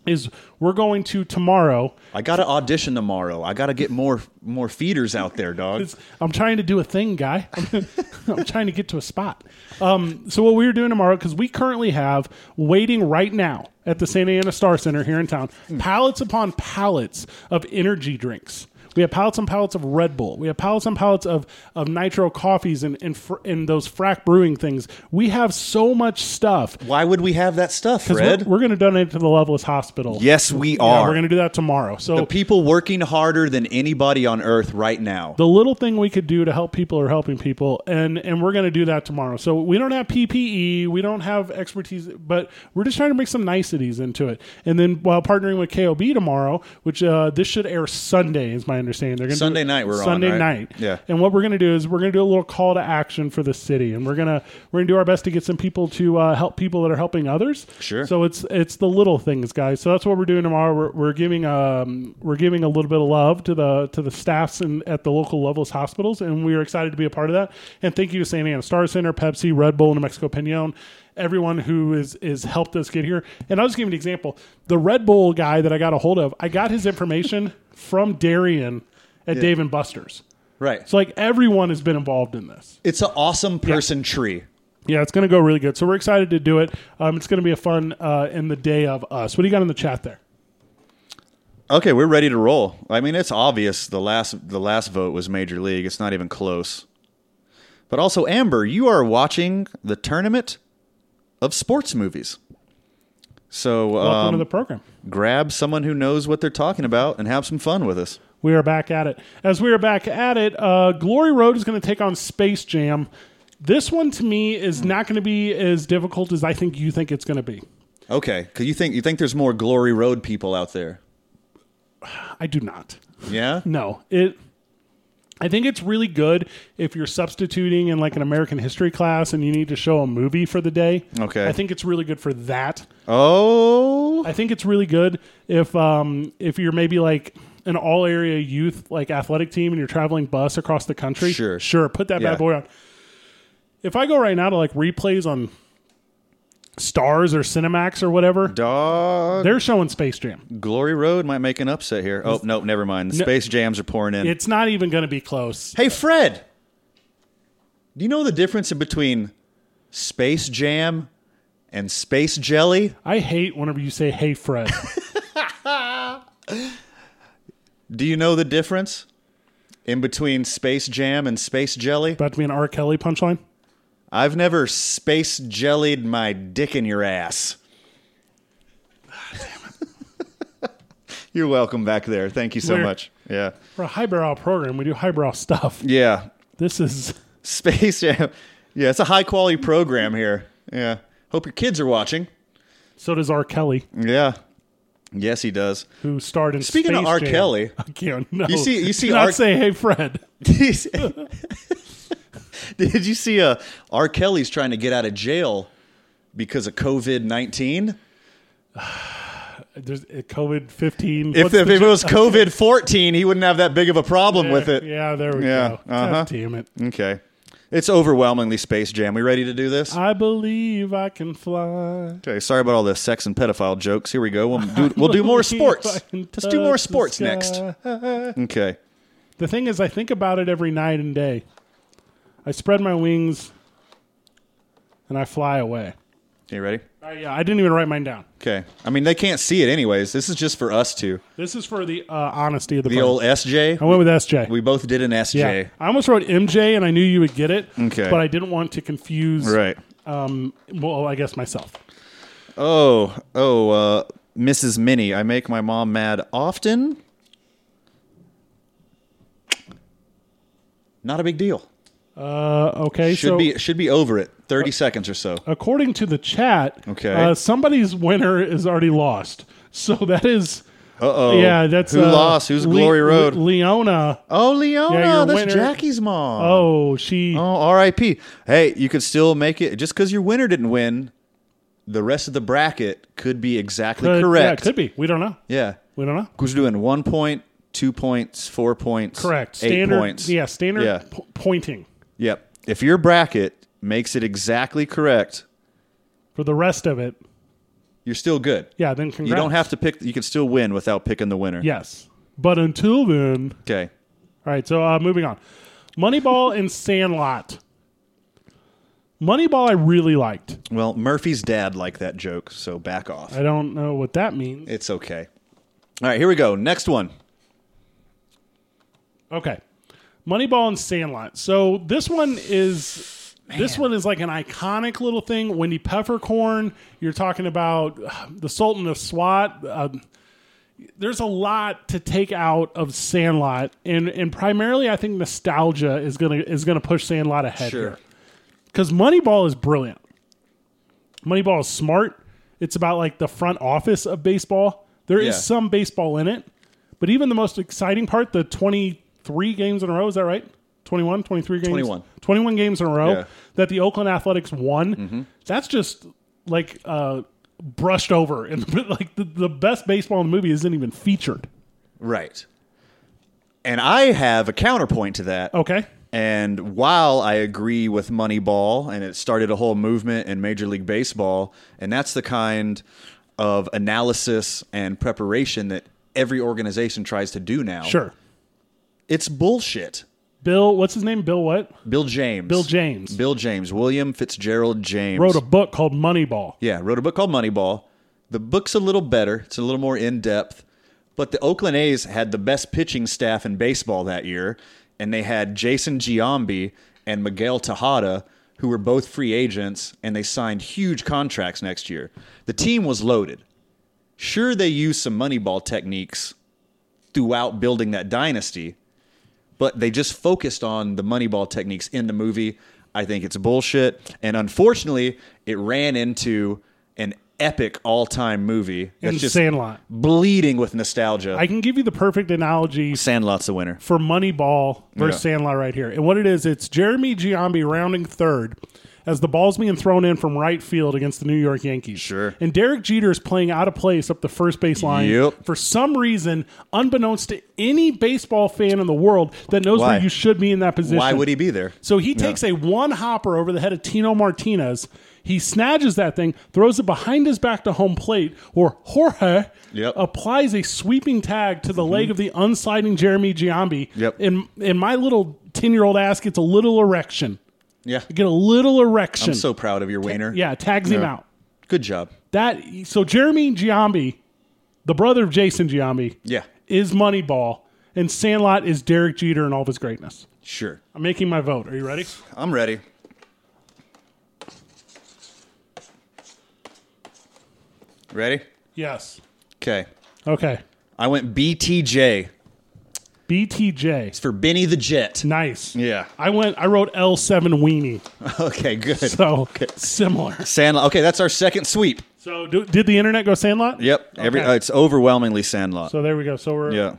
is we're going to tomorrow. I got to audition tomorrow. I got to get more more feeders out there, dog. It's- I'm trying to do a thing, guy. [LAUGHS] I'm, I'm trying to get to a spot. Um, so what we're doing tomorrow, because we currently have waiting right now Hmm. at the Santa Ana Star Center here in town, pallets upon pallets of energy drinks. We have pallets and pallets of Red Bull. We have pallets and pallets of, of nitro coffees and, and, fr- and those frack brewing things. We have so much stuff. Why would we have that stuff, 'Cause Red? We're, we're going to donate to the Loveless Hospital. yes, we Yeah, are. we're going to do that tomorrow. So the people working harder than anybody on earth right now. the little thing we could do to help people are helping people and and we're going to do that tomorrow so we don't have ppe we don't have expertise but we're just trying to bring some niceties into it and then while partnering with kob tomorrow which uh, this should air sunday is my understanding they're going Sunday night we're on, sunday right? night Yeah. and what we're going to do is we're going to do a little call to action for the city and we're going to we're going to do our best to get some people to uh, help people that are helping others Sure. so it's it's the little things guys so that's what we're doing tomorrow we're, we're giving um we're giving a little bit of love to the to the staffs and at the local levels hospitals and we are excited to be a part of that and thank you to Santa Ana Star Center Pepsi Red Bull New Mexico Pinon everyone who is is helped us get here and I'll just give you an example the Red Bull guy that I got a hold of I got his information [LAUGHS] from Darian at Dave and Buster's right. so like everyone has been involved in this. It's an awesome person tree. Yeah, it's going to go really good. So we're excited to do it. Um, it's going to be a fun uh, in the day of us. What do you got in the chat there? Okay, we're ready to roll. I mean, it's obvious the last the last vote was Major League. It's not even close. But also, Amber, you are watching the tournament of sports movies. So Welcome to um, the program. grab someone who knows what they're talking about and have some fun with us. We are back at it. As we are back at it, uh, Glory Road is going to take on Space Jam. This one to me is not going to be as difficult as I think you think it's going to be. Okay, because you think you think there's more Glory Road people out there. I do not. Yeah, No, it. I think it's really good if you're substituting in like an American history class and you need to show a movie for the day. Okay. I think it's really good for that. Oh, I think it's really good if um, if you're maybe like an all area youth like athletic team and you're traveling bus across the country. Sure. sure, put that Yeah. bad boy on. If I go right now to like replays on Stars or Cinemax or whatever, dog. they're showing Space Jam. Glory Road might make an upset here. Oh no, never mind. The Space Jams are pouring in. It's not even going to be close. hey, Fred. Do you know the difference in between Space Jam and Space Jelly? I hate whenever you say "Hey Fred." [LAUGHS] Do you know the difference in between Space Jam and Space Jelly? About to be an R. Kelly punchline. I've never space jellied my dick in your ass. [LAUGHS] You're welcome back there. Thank you so We're- much. Yeah. We're a highbrow program. We do highbrow stuff. Yeah. This is Space Jam. Yeah, it's a high quality program here. Yeah. Hope your kids are watching. so does R. Kelly, Yeah. Yes, he does. who starred in Speaking of Space R. Jam. [LAUGHS] [LAUGHS] Kelly, I can't. No. You see- you see Do not R- say "Hey Fred." did you see- [LAUGHS] did you see uh, R. Kelly's trying to get out of jail because of COVID 19? There's uh, COVID fifteen. If, if it [LAUGHS] was COVID 14, he wouldn't have that big of a problem with it. yeah, there we Yeah, go. uh-huh. God damn it! Okay. It's overwhelmingly Space Jam. We ready to do this? I believe I can fly. Okay, sorry about all the sex and pedophile jokes. Here we go. We'll [LAUGHS] do, we'll do more sports. Fucking Let's do more touch the sports sky. next. Okay. The thing is, I think about it every night and day. I spread my wings, and I fly away. You ready? Uh, yeah, I didn't even write mine down. Okay. I mean, they can't see it anyways. This is just for us two. This is for the uh, honesty of the. The program. old I SJ. went with SJ. We both did an yeah, SJ. I almost wrote MJ, and I knew you would get it. Okay. but I didn't want to confuse. Right. Um. Well, I guess myself. Oh, oh, uh, Mrs. Minnie. I make my mom mad often. Not a big deal. Uh. Okay. Should so, Uh, be should be over it. Thirty seconds or so. according to the chat, Okay. uh, somebody's winner is already lost. So that is, Uh oh. yeah, that's who uh, lost. Who's Le- Glory Road? Le- Leona. oh, Leona. Yeah, your that's winner- Jackie's mom. Oh, she. Oh, R.I.P. Hey, you could still make it just because your winner didn't win. The rest of the bracket could be exactly uh, correct. Yeah, could be. We don't know. Yeah, We don't know. who's doing one point, two points, four points, Correct. eight Standard. points. Yeah. Standard Yeah. p- pointing Yep. If your bracket makes it exactly correct, for the rest of it. you're still good. Yeah. Then congrats. You don't have to pick. You can still win without picking the winner. Yes. But until then, Okay. All right, so uh, moving on. Moneyball and Sandlot. Moneyball, I really liked. Well, Murphy's dad liked that joke, so back off. I don't know what that means. It's okay. All right, here we go. Next one. Okay. Moneyball and Sandlot. So this one is this one is like an iconic little thing. Wendy Peppercorn. You're talking about uh, the Sultan of SWAT. Um, there's a lot to take out of Sandlot, and and primarily I think nostalgia is gonna is gonna push Sandlot ahead Sure. here because Moneyball is brilliant. Moneyball is smart. It's about like the front office of baseball. There is Yeah. some baseball in it, but even the most exciting part, the 23 games in a row, is that right? 21, 23 games? 21. 21 games in a row Yeah. Mm-hmm. that the Oakland Athletics won. That's just like uh, brushed over. And like the, [LAUGHS] the best baseball in the movie isn't even featured. Right. And I have a counterpoint to that. Okay. And while I agree with Moneyball, and it started a whole movement in Major League Baseball, and that's the kind of analysis and preparation that every organization tries to do now. Sure. It's bullshit. Bill, what's his name? Bill what? Bill James. Bill James. Bill James. William Fitzgerald James. Wrote a book called Moneyball. Yeah, wrote a book called Moneyball. The book's a little better, it's a little more in depth. But the Oakland A's had the best pitching staff in baseball that year, and they had Jason Giambi and Miguel Tejada, who were both free agents, and they signed huge contracts next year. The team was loaded. Sure, they used some Moneyball techniques throughout building that dynasty, but they just focused on the Moneyball techniques in the movie. I think it's bullshit. And unfortunately, it ran into an epic all time movie that's And just Sandlot. bleeding with nostalgia. I can give you the perfect analogy Sandlot's the winner. for Moneyball versus Yeah. Sandlot right here. And what it is, it's Jeremy Giambi rounding third as the ball's being thrown in from right field against the New York Yankees. Sure. And Derek Jeter is playing out of place up the first base line. Yep. For some reason, unbeknownst to any baseball fan in the world that knows Why? where you should be in that position. Why would he be there? So he takes a one hopper over the head of Tino Martinez. He snatches that thing, throws it behind his back to home plate, where Jorge Yep. Mm-hmm. applies a sweeping tag to the leg of the unsliding Jeremy Giambi. Yep. And and my little ten year old ass gets a little erection. Yeah. Get a little erection. I'm so proud of your wiener. yeah, tags him out. Good job. That so Jeremy Giambi, the brother of Jason Giambi, Yeah. is Moneyball, and Sandlot is Derek Jeter and all of his greatness. Sure. I'm making my vote. Are you ready? I'm ready. Ready? Yes. Okay. Okay. I went BTJ. BTJ. It's for Benny the Jet. Nice. Yeah. I went. I wrote L7 weenie. [LAUGHS] Okay, good. So similar. Sandlot. Okay, that's our second sweep. So do, did the internet go Sandlot? Yep. Every uh, it's overwhelmingly Sandlot. So there we go. So we're yeah.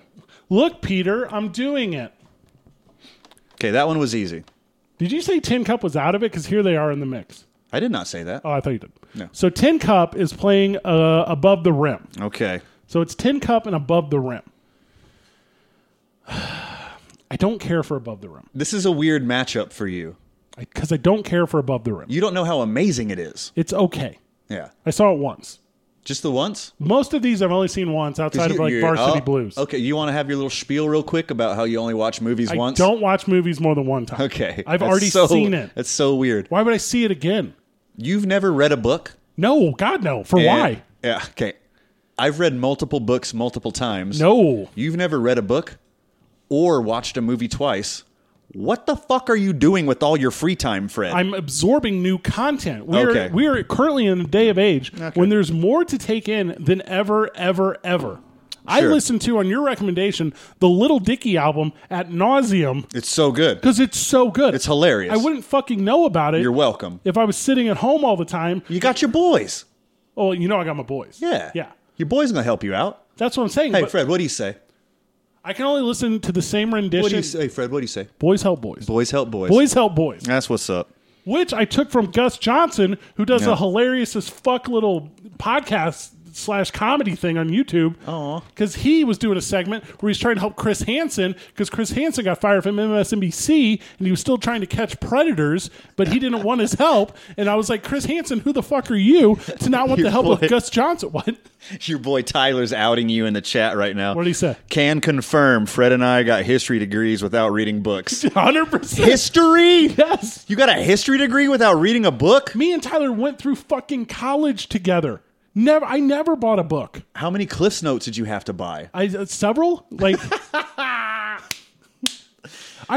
Look, Peter, I'm doing it. Okay, that one was easy. Did you say Tin Cup was out of it? Because here they are in the mix. I did not say that. Oh, I thought you did. No. So Tin Cup is playing uh, above the rim. Okay. So it's Tin Cup and above the rim. [SIGHS] I don't care for above the rim This is a weird matchup for you. because I don't care for above the rim. You don't know how amazing it is. It's okay. Yeah. I saw it once. Just the once? Most of these I've only seen once outside of You- like you- Varsity oh, Blues. Okay, you want to have your little spiel real quick about how you only watch movies I once? don't watch movies more than one time. Okay. I've That's already so- seen it. That's so weird. Why would I see it again? You've never read a book? No, God, no. For why? Yeah. yeah, Okay. I've read multiple books multiple times. No. You've never read a book or watched a movie twice. What the fuck are you doing with all your free time, Fred? I'm absorbing new content. We are, Okay. we are currently in a day of age when there's more to take in than ever, ever, ever. I Sure. listened to, on your recommendation, the Little Dicky album at nauseum it's so good. because it's so good. It's hilarious. I wouldn't fucking know about it You're welcome. if I was sitting at home all the time. You got your boys. Oh, you know I got my boys. Yeah. Yeah. Your boys gonna help you out. That's what I'm saying. Hey, but Fred, what do you say? I can only listen to the same What do you rendition. say, Fred? What do you say? Boys help boys. Boys help boys. Boys help boys. That's what's up. [LAUGHS] which I took from Gus Johnson, who does Yeah. a hilarious as fuck little podcast slash comedy thing on YouTube. Oh. Because he was doing a segment where he's trying to help Chris Hansen because Chris Hansen got fired from MSNBC and he was still trying to catch predators, but he didn't want his help. And I was like, Chris Hansen, who the fuck are you to not [LAUGHS] want Your the help boy. of Gus Johnson? [LAUGHS] What? Your boy Tyler's outing you in the chat right now. What'd he say? Can confirm Fred and I got history degrees without [LAUGHS] reading books. 100%. history? Yes. You got a history degree without reading a book? Me and Tyler went through fucking college together. Never, I never bought a book. How many Cliffs Notes did you have to buy? uh, I uh, several like I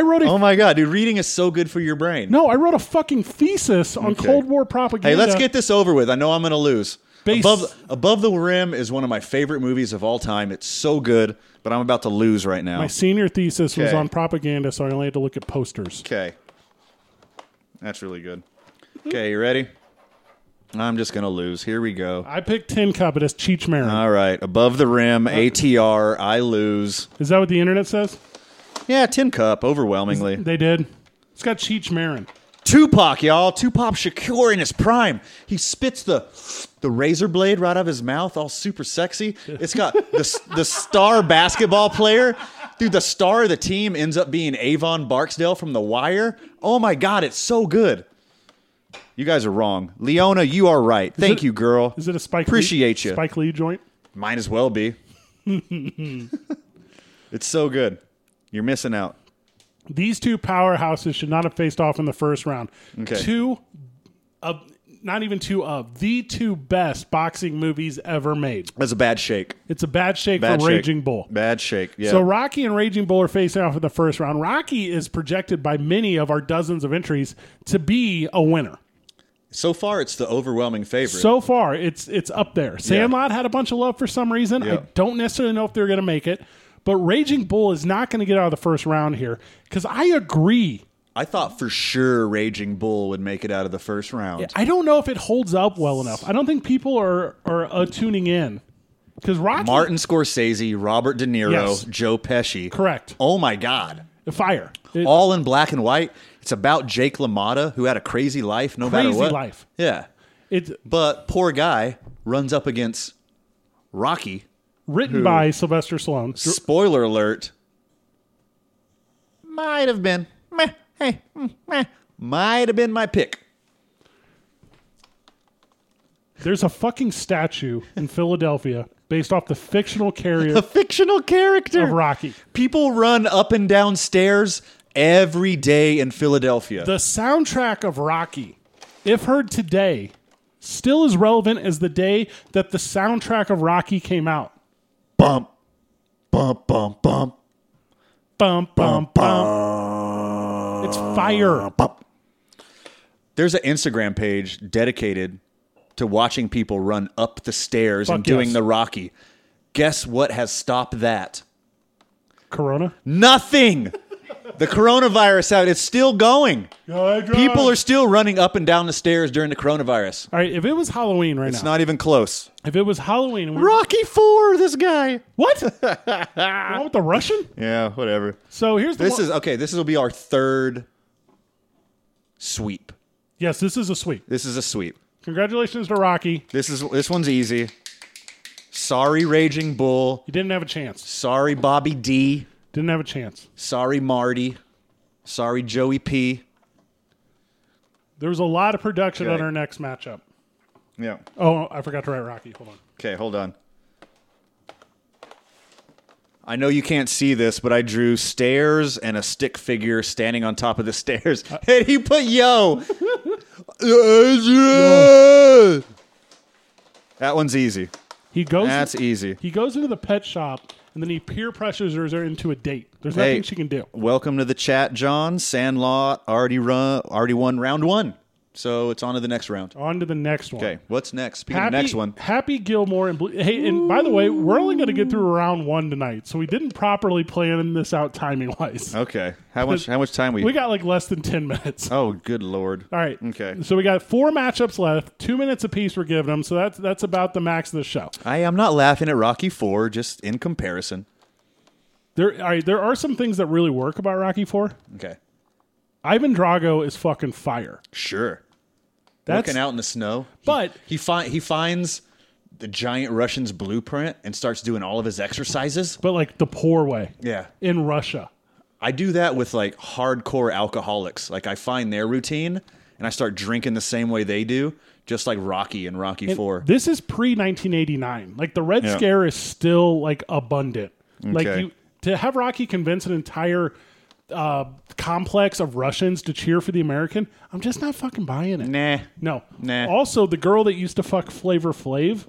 wrote a Oh my god, dude, reading is so good for your brain. no, I wrote a fucking thesis on Okay. Cold War propaganda. Hey, let's get this over with. I know I'm going to lose. Base- Above, Above the Rim is one of my favorite movies of all time. It's so good, but I'm about to lose right now. my senior thesis was Okay. on propaganda, so I only had to look at posters. Okay. That's really good. Okay, you ready? I'm just going to lose. Here we go. I picked Tin Cup. It has Cheech Marin. All right. Above the Rim, ATR, I lose. Is that what the internet says? Yeah, Tin Cup, overwhelmingly. They did. It's got Cheech Marin. Tupac, y'all. Tupac Shakur in his prime. He spits the the razor blade right out of his mouth, all super sexy. It's got the the star basketball player. Dude, the star of the team ends up being Avon Barksdale from The Wire. Oh my god, it's so good. You guys are wrong. Leona, you are right. Thank it- you, girl. Is it a Spike? Appreciate Lee, you. Spike Lee joint. Might as [LAUGHS] well be. it's so good. You're missing out. These two powerhouses should not have faced off in the first round. Okay. Two of not even two of the two best boxing movies ever made. That's a bad shake. It's a bad shake Bad for shake. Raging Bull. Bad shake. Yeah. So Rocky and Raging Bull are facing off in the first round. Rocky is projected by many of our dozens of entries to be a winner. so far, it's the overwhelming favorite. So far, it's it's up there. Sandlot had a bunch of love for some reason. I Yeah. don't necessarily know if they're going to make it, but Raging Bull is not going to get out of the first round here because I agree. I thought for sure Raging Bull would make it out of the first round. I don't know if it holds up well enough. I don't think people are are uh, tuning in because Rocky Martin Scorsese, Robert De Niro, Yes. Joe Pesci. Correct. Oh my God. fire. It- All in black and white. It's about Jake LaMotta, who had a crazy life no matter Crazy what. life. Yeah. it's But poor guy runs up against Rocky. written by Sylvester Stallone. Spoiler alert. Might have been. Meh. Hey. mm, Meh. Might have been my pick. There's a fucking statue in Philadelphia based off the fictional A [LAUGHS] carrier fictional character. of Rocky. People run up and down stairs every day in Philadelphia. The soundtrack of Rocky, if heard today, still as relevant as the day that the soundtrack of Rocky came out. bump, bump, bump, bump, Bum, bum, bum. bump. It's fire. Bump. There's an Instagram page dedicated to watching people run up the stairs and Fuck yes. doing the Rocky. Guess what has stopped that? Corona. Nothing. the coronavirus out. It's still going. People People are still running up and down the stairs during the coronavirus. All right, if it was Halloween right It's now, not even close. if it was Halloween, and we Rocky Four, this guy. [LAUGHS] what? the one with the Russian? Yeah, whatever. So here's the This one- is okay. This will be our third sweep. yes, this is a sweep. This is a sweep. Congratulations to Rocky. This is this one's easy. Sorry, Raging Bull. You didn't have a chance. Sorry, Bobby D. Didn't have a chance. Sorry, Marty. Sorry, Joey P. There was a lot of production Okay. on our next matchup. Yeah. Oh, I forgot to write Rocky. Hold on. Okay, hold on. I know you can't see this, but I drew stairs and a stick figure standing on top of the [LAUGHS] stairs, Uh, and he [LAUGHS] put yo. that one's easy. He goes. That's easy. He goes into the pet shop and then he peer pressures her into a date. There's nothing she can do. Welcome to the chat, John. Sandlot already run, already won round one, so it's on to the next round. On to the next one. Okay, what's next? Speaking Oh. Happy, of next one, Happy Gilmore and Blue. Hey, and by the way, we're only going to get through round one tonight, so we didn't properly plan this out timing wise. okay. [LAUGHS] How much? How much time we? We got like less than 10 minutes. oh, good lord! All right. Okay. So we got four matchups left, two minutes apiece we're giving them. So that's, that's about the max of the show. I am not laughing at Rocky Four, just in comparison. There, all right, there are some things that really work about Rocky 4. Okay, Ivan Drago is fucking fire. sure. That's, Working out in the snow, But- he, he find he finds the giant Russian's blueprint and starts doing all of his exercises. But like the poor way. Yeah, In Russia. I do that with like hardcore alcoholics. Like I find their routine and I start drinking the same way they do, just like Rocky and Rocky Four. This is pre 1989. Like the Red Yeah. Scare is still like abundant. Like Okay. you to have Rocky convince an entire uh, complex of Russians to cheer for the American. I'm just not fucking buying it. nah. No. Nah. Also, the girl that used to fuck Flavor Flav,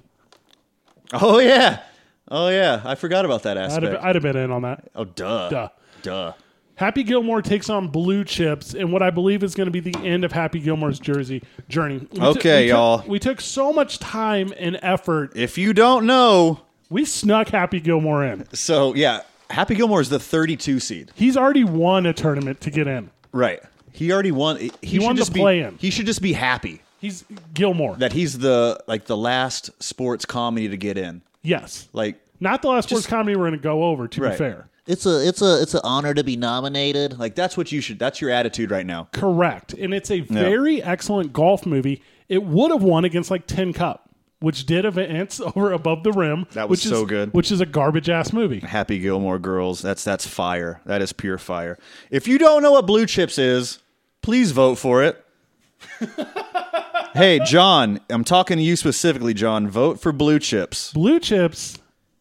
Oh yeah. Oh yeah. I forgot about that I'd have, aspect. I'd have been in on that. oh duh. Duh. Duh. Happy Gilmore takes on Blue Chips in what I believe is going to be the end of Happy Gilmore's jersey journey. We took- Okay, we took- y'all. we took so much time and effort. If you don't know, We snuck Happy Gilmore in. so yeah, Happy Gilmore is the 32 seed. He's already won a tournament to get in. Right. He already won. He, He won should the just be- play-in. He should just be happy He's Gilmore. that he's the like the last sports comedy to get in. yes. Like Not the last sports comedy we're going to go over, to be Right. fair. It's a it's a it's an honor to be nominated. like that's what you should. That's your attitude right now. Correct. And it's a very excellent golf movie. It would have won against like 10 Cup, which did events [LAUGHS] over above the rim. That was which so is, good. Which is a garbage ass movie. Happy Gilmore girls. That's that's fire. That is pure fire. If you don't know what blue chips is, please vote for it. hey, John, I'm talking to you specifically, John. Vote for blue chips. Blue Chips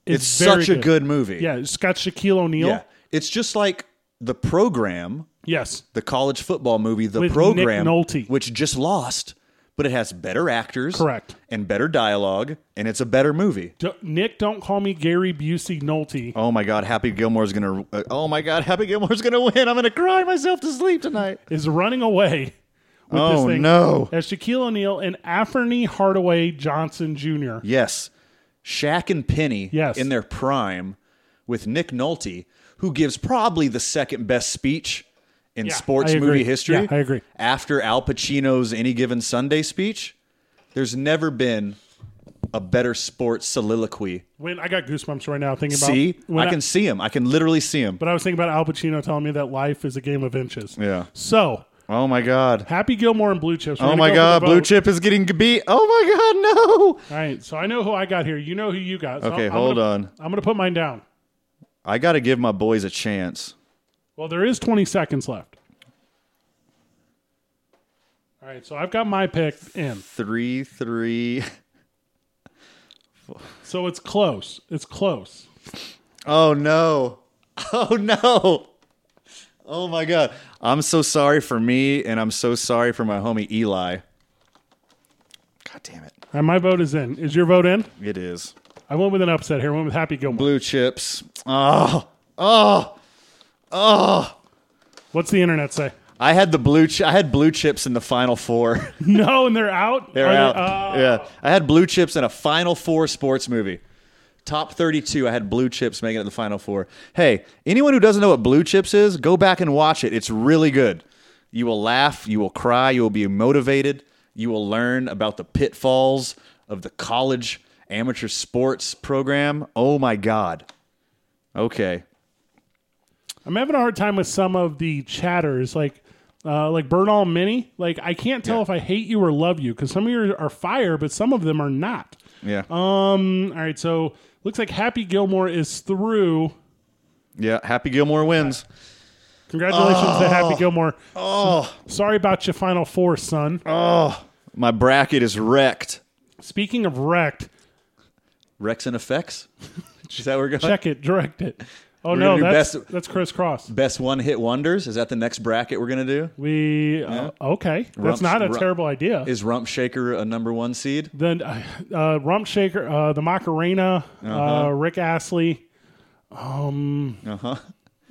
is It's very such a good movie. Yeah, it's got Shaquille O'Neal. Yeah. It's just like the program, Yes. the college football movie, the With Nick program Nolte. which just lost, but it has better actors. Correct. And better dialogue, and it's a better movie. D- Nick, don't call me Gary Busey Nolte. Oh my God, Happy Gilmore's gonna. Uh, oh my God, Happy Gilmore's gonna win. I'm gonna cry myself to sleep tonight. is running away with this Oh, thing. no. As Shaquille O'Neal and Afferny Hardaway Johnson Jr. Yes. Shaq and Penny Yes. in their prime with Nick Nolte, who gives probably the second best speech in Yeah, sports I agree. movie history. Yeah, I agree. After Al Pacino's Any Given Sunday speech, there's never been a better sports soliloquy. When I got goosebumps right now thinking about See? when I can see him. I can literally see him. but I was thinking about Al Pacino telling me that life is a game of inches. Yeah. So Oh my God. Happy Gilmore and Blue Chips. We're Oh gonna my go for God. the Blue vote. Chip is getting beat. Oh my God. No. All right. So I know who I got here. You know who you got. So Okay, I'm hold gonna- on. I'm going to put mine down. I got to give my boys a chance. Well, there is 20 seconds left. All right. So I've got my pick in. Three, three. [LAUGHS] So it's close. It's close. Oh no. [LAUGHS] Oh no. Oh my god. I'm so sorry for me and I'm so sorry for my homie Eli. God damn it. And my vote is in. Is your vote in? It is. I went with an upset here. I went with Happy Gilmore. Blue chips. Oh. Oh. What's the internet say? I had the blue chi- I had blue chips in the final [LAUGHS] 4. [LAUGHS] No, and they're out. They're Are they- out. uh, yeah. I had blue chips in a final 4 sports movie. Top 32, I had blue chips making it in the final 4. Hey, anyone who doesn't know what blue chips is, go back and watch it. It's really good. You will laugh, you will cry, you will be motivated, you will learn about the pitfalls of the college amateur sports program. Oh my god. Okay. I'm having a hard time with some of the chatters, like uh, like Burn All Mini. Like I can't tell if I hate you or love you because some of you are fire, but some of them are not. Yeah. Um. All right. So looks like Happy Gilmore is through. yeah, Happy Gilmore wins. Congratulations to Happy Gilmore. Oh, sorry about your final four, son. Uh. My bracket is wrecked. Speaking of wrecked, Rex and effects? [LAUGHS] Is that where we're going? check it, direct it. Oh gonna no, do that's best- that's Chris Cross. Best one hit wonders? Is that the next bracket we're going to do? We uh, okay. That's Rump's- not a rump- terrible idea. Is Rump Shaker a number one seed? Then uh, uh, Rump Shaker, uh, the Macarena, Uh-huh. uh Rick Astley. Um,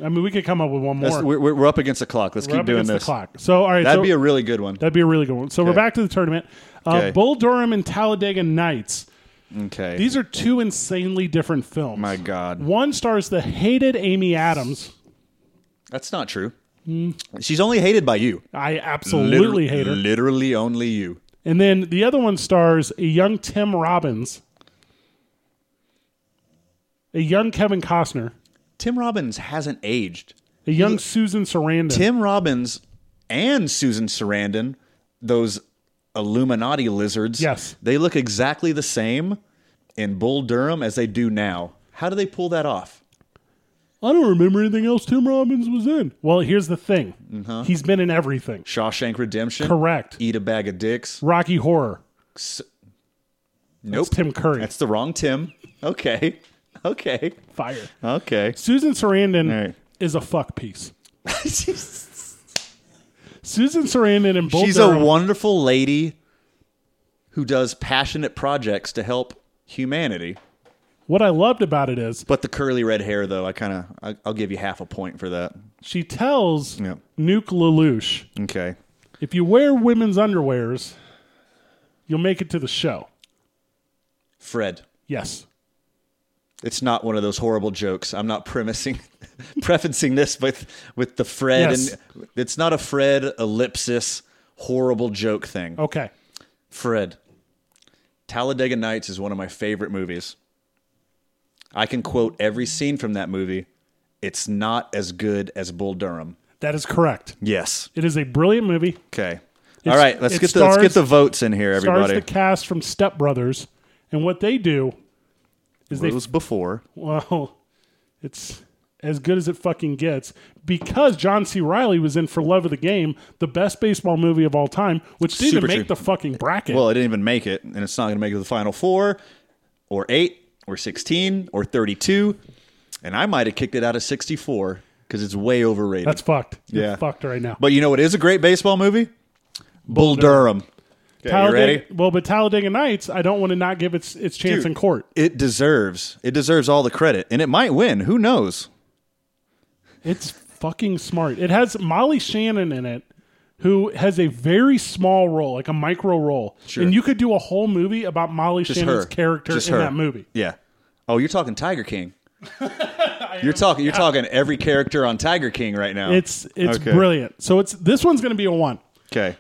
I mean, we could come up with one more. That's- we're, we're we're up against the clock. Let's We're keep up doing against this. the clock. So, all right, That'd so- be a really good one. that'd be a really good one. So we're Okay. back to the tournament. Uh, Okay. Bull Durham and Talladega Nights. Okay. These Mm. are two insanely different films. My God. One stars the hated Amy Adams. That's not true. She's only hated by you. I absolutely Liter- hate Mm. her. Literally only you. And then the other one stars a young Tim Robbins, a young Kevin Costner. Tim Robbins hasn't aged. A young Susan Sarandon. Tim Robbins and Susan Sarandon, those Illuminati lizards, Yes. they look exactly the same in Bull Durham as they do now. How do they pull that off? I don't remember anything else Tim Robbins was in. Mm-hmm. Well, here's the thing. He's been in everything. Shawshank Redemption. Correct. Eat a bag of dicks. Rocky Horror. Nope. Tim Curry. That's the wrong Tim. Okay. Okay. Fire. Okay. Susan Sarandon All right. is a fuck piece. [LAUGHS] She's Susan Sarandon and Bull a Durham- wonderful lady who does passionate projects to help humanity. What I loved about it is But the curly red hair, though, I kind of I'll give you half a point for that. she tells Yeah. Nuke Lelouch, Okay. if you wear women's underwears, you'll make it to the show. Fred. Yes. It's not one of those horrible jokes. I'm not premising, [LAUGHS] prefacing this with with the Fred, Yes. and it's not a Fred ellipsis horrible joke thing. Okay. Fred, Talladega Nights is one of my favorite movies. I can quote every scene from that movie. It's not as good as Bull Durham. That is correct. Yes. It is a brilliant movie. Okay. It's- All right. Let's it get the, let's stars- get the votes in here, Stars everybody. the cast from Step Brothers, and what they do is it they was before. well, [LAUGHS] it's as good as it fucking gets because John C. Riley was in For Love of the Game, the best baseball movie of all time, which didn't Super even make true. the fucking bracket. Well, it didn't even make it, and it's not going to make it to the final four, or eight, or sixteen, or thirty-two, and I might have kicked it out of sixty-four because it's way overrated. That's fucked. You're Yeah. fucked right now. but you know what is a great baseball movie? Bull Durham. Okay, you Talladega- ready? Well, but Talladega Nights, I don't want to not give its its chance Dude. in court. It deserves. It deserves all the credit, and it might win. Who knows? It's fucking smart. It has Molly Shannon in it, who has a very small role, like a micro role, Sure. and you could do a whole movie about Molly Just Shannon's her character Just in her. that movie. Yeah. Oh, you're talking [LAUGHS] Tiger King. you're talking. You're talking every character on Tiger King right now. It's it's Oh. Okay. brilliant. So it's this one's going to be a one. okay.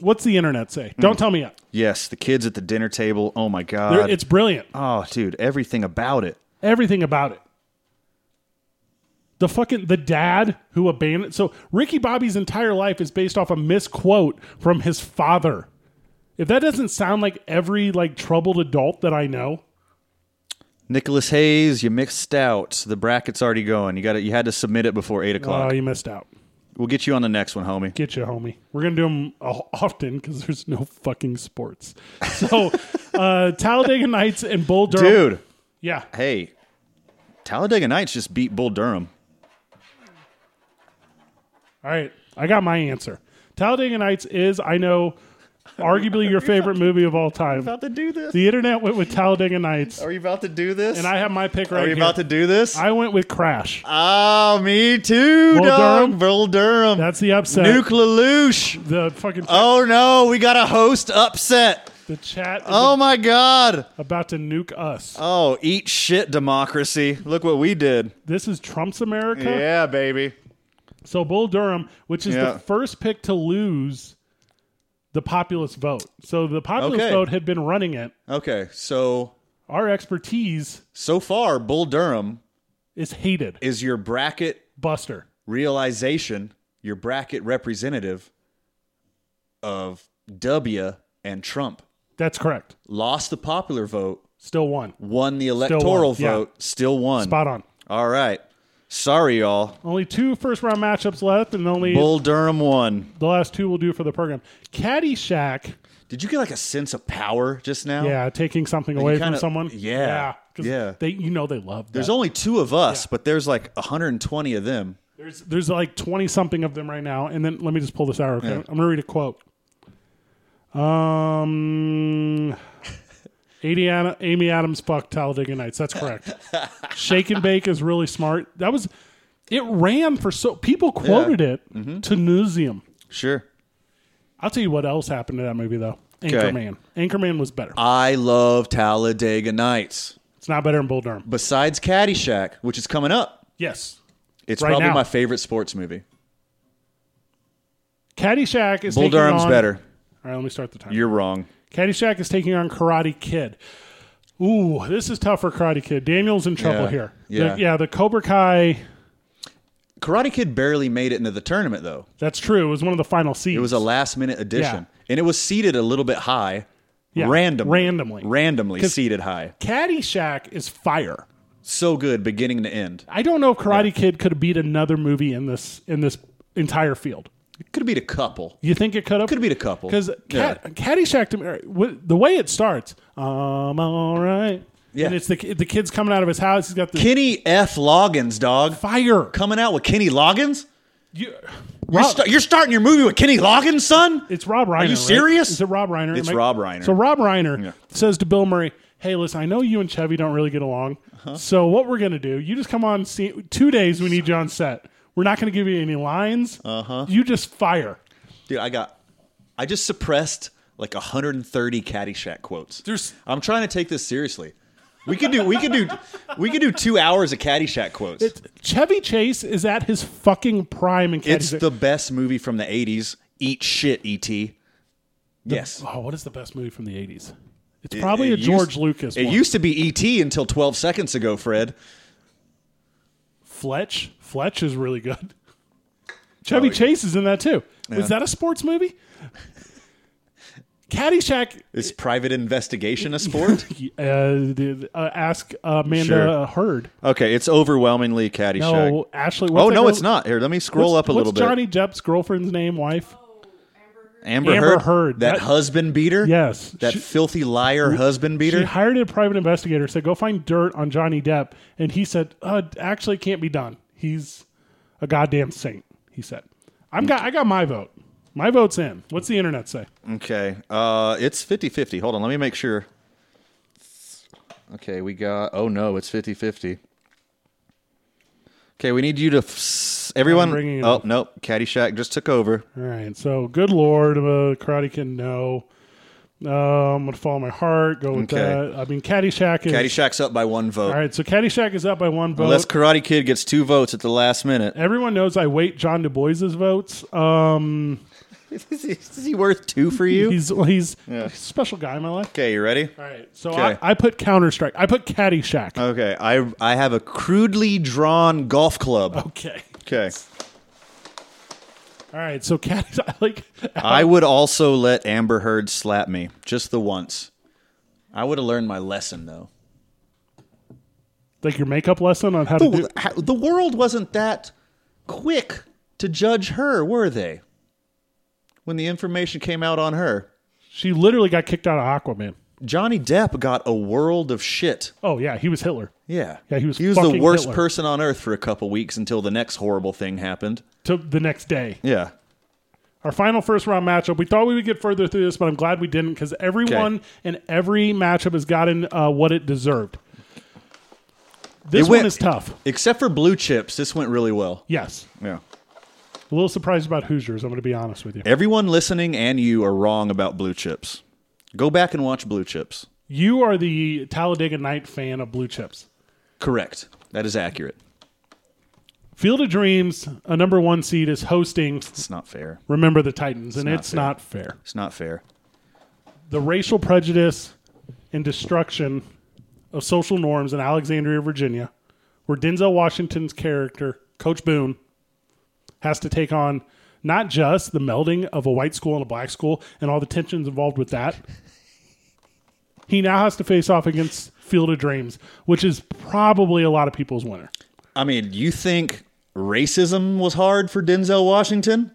What's the internet say? Don't tell me yet. Yes, the kids at the dinner table. Oh my They're- god. It's brilliant. oh, dude, everything about it. Everything about it. The fucking the dad who abandoned. So Ricky Bobby's entire life is based off a misquote from his father. If that doesn't sound like every like troubled adult that I know, Nicholas Hayes, you mixed out. The bracket's already going. You got to You had to submit it before eight oh, o'clock. you missed out. we'll get you on the next one, homie. Get you, homie. We're gonna do them often because there's no fucking sports. So uh Talladega Nights and Bull Durham. Dude, yeah, hey, Talladega Nights just beat Bull Durham. All right, I got my answer. Talladega Nights is, I know, [LAUGHS] arguably your favorite movie of all time. to do this? The internet went with Talladega Nights, Are you about to do this? and I have my pick right Are you here. about to do this? I went with Crash. oh, me too, Bull dog. Durham? Bull Durham. That's uh, the upset. Nuke Lelouch. The fucking Oh no, we got a host upset. the chat is Oh my god. about to nuke us. Oh, eat shit, democracy. Look what we did. This is Trump's America. Yeah, baby. So Bull Durham, which is Yeah. the first pick to lose the populist vote. So the populist Okay. vote had been running it. Okay, so Our expertise So far, Bull Durham is hated. is your bracket Buster. realization, your bracket representative of W and Trump. That's correct. Lost the popular vote, Still won. won the electoral won, yeah. vote, still won. Spot on. All right. Sorry, y'all. Only two first round matchups left, and only Bull Durham won. the last two will do for the program. Caddyshack, Did you get like a sense of power just now? yeah, taking something away from kinda- someone. yeah, 'cause yeah. They, you know, they love. There's that. only two of us, but there's like 120 of them. there's there's like twenty something of them right now, and then let me just pull this out. Okay, Yeah. I'm gonna read a quote. Um, [LAUGHS] Amy, Ad- Amy Adams fucked Talladega Nights. That's [LAUGHS] correct. Shake and Bake is really smart. That was it. Ran for so people quoted it Mm-hmm. to Newsium. Sure. I'll tell you what else happened to that movie though. Anchorman. Anchorman was better. I love Talladega Nights. It's not better than Bull Durham. Besides Caddyshack, which is coming up, Yes. It's Right probably now. my favorite sports movie. Caddyshack is Bull taking Durham's on- better. All right, let me start the time. You're wrong. Caddyshack is taking on Karate Kid. Ooh, this is tough for Karate Kid. Daniel's in trouble Yeah. here. The- Yeah. yeah, the Cobra Kai. Karate Kid barely made it into the tournament though. That's true. It was one of the final seeds. It was a last minute addition. And it was seated a little bit high. Yeah. Randomly. Randomly. Randomly 'Cause- seated high. Caddyshack is fire. So good beginning to end. I don't know if Karate Kid could have beat another movie in this in this entire field. It could have been a couple. You think it could have? Could have been a couple. Because Cat, Caddyshack, to me, alright, wh- the way it starts, I'm all right. Yeah. And it's the ki- the kid's coming out of his house. He's got the Kenny F. Loggins, dog. fire. Coming out with Kenny Loggins? You, You're, Rob- sta- you're starting your movie with Kenny Loggins, son? it's Rob Reiner. you right? serious? Is it Rob Reiner? It's Am I- Rob Reiner. So Rob Reiner Yeah. says to Bill Murray, hey, listen, I know you and Chevy don't really get along. Uh-huh. So what we're going to do, you just come on see, two days we need you on set. We're not going to give you any lines. Uh-huh. You just fire. Dude, I got, I just suppressed like 130 Caddyshack quotes. There's- I'm trying to take this seriously. We could do, we could do, we could do two hours of Caddyshack quotes. It's, Chevy Chase is at his fucking prime in Caddyshack. the best movie from the 80s. Eat shit, E.T. Yes. oh, what is the best movie from the 80s? It's probably It a used- George Lucas It one. used to be E.T. until 12 seconds ago, Fred. Fletch. Fletch is really good. Chevy Oh, yeah. Chase is in that too. Yeah. Was that a sports movie? Caddyshack. Is private investigation a sport? Uh, did- uh, ask Amanda Sure. Heard. okay, it's overwhelmingly Caddyshack. No, Ashley. what's oh that no, girl- it's not. Here, let me scroll what's- up a little what's Johnny Depp's girlfriend's name, wife. bit. Amber, Amber Heard, Heard. that, That- husband beater. Yes. that She- filthy liar husband She beater. hired a private investigator. Said go find dirt on Johnny Depp, and he said, uh, "Actually, it can't be done. He's a goddamn saint." He said, "I'm got. I got my vote. My vote's in." What's the internet say? okay, uh, it's 50-50. Hold on, let me make sure. Okay, we got. Oh no, it's 50-50. Okay, we need you to. F- everyone. I'm bringing it oh up. no, Caddyshack just took over. All right. So, good lord, uh, Karate Kid, no. Um, I'm gonna follow my heart. Go with Okay. that. I mean, Caddyshack is. Caddyshack's up by one vote. All right. So Caddyshack is up by one vote. Unless Karate Kid gets two votes at the last minute. [LAUGHS] Everyone knows I wait John Du Bois's votes. Um, is, he, is he worth two for you? he's he's a special guy in my life. okay, you ready? All right. So Okay. Uh, I, I put Counter Strike. I put Caddyshack. Okay, I I have a crudely drawn golf club. okay. Okay. All right. So Caddy, [LAUGHS] I like. I would also let Amber Heard slap me just the once. I would have learned my lesson though. Like your makeup lesson on how to do. The, how- the world wasn't that quick to judge her, were they? When the information came out on her, She literally got kicked out of Aquaman. Johnny Depp got a world of shit. Oh yeah, he was Hitler. Yeah. Yeah, he was He was the fucking worst Hitler. person on earth for a couple weeks until the next horrible thing happened. To the next day. Yeah. Our final first round matchup. We thought we would get further through this, but I'm glad we didn't because everyone Okay. and every matchup has gotten uh, what it deserved. This It went- one is tough. Except for blue chips, this went really well. Yes. Yeah. A little surprised about Hoosiers, I'm going to be honest with you. Everyone listening and you are wrong about blue chips. Go back and watch blue chips. You are the Talladega Night fan of Blue Chips. Correct. That is accurate. Field of Dreams, a number one seed, is hosting It's not fair. Remember the Titans, and not it's fair. not fair. It's not fair. The racial prejudice and destruction of social norms in Alexandria, Virginia, where Denzel Washington's character, Coach Boone, has to take on not just the melding of a white school and a black school and all the tensions involved with that. He now has to face off against Field of Dreams, which is probably a lot of people's winner. I mean, you think racism was hard for Denzel Washington?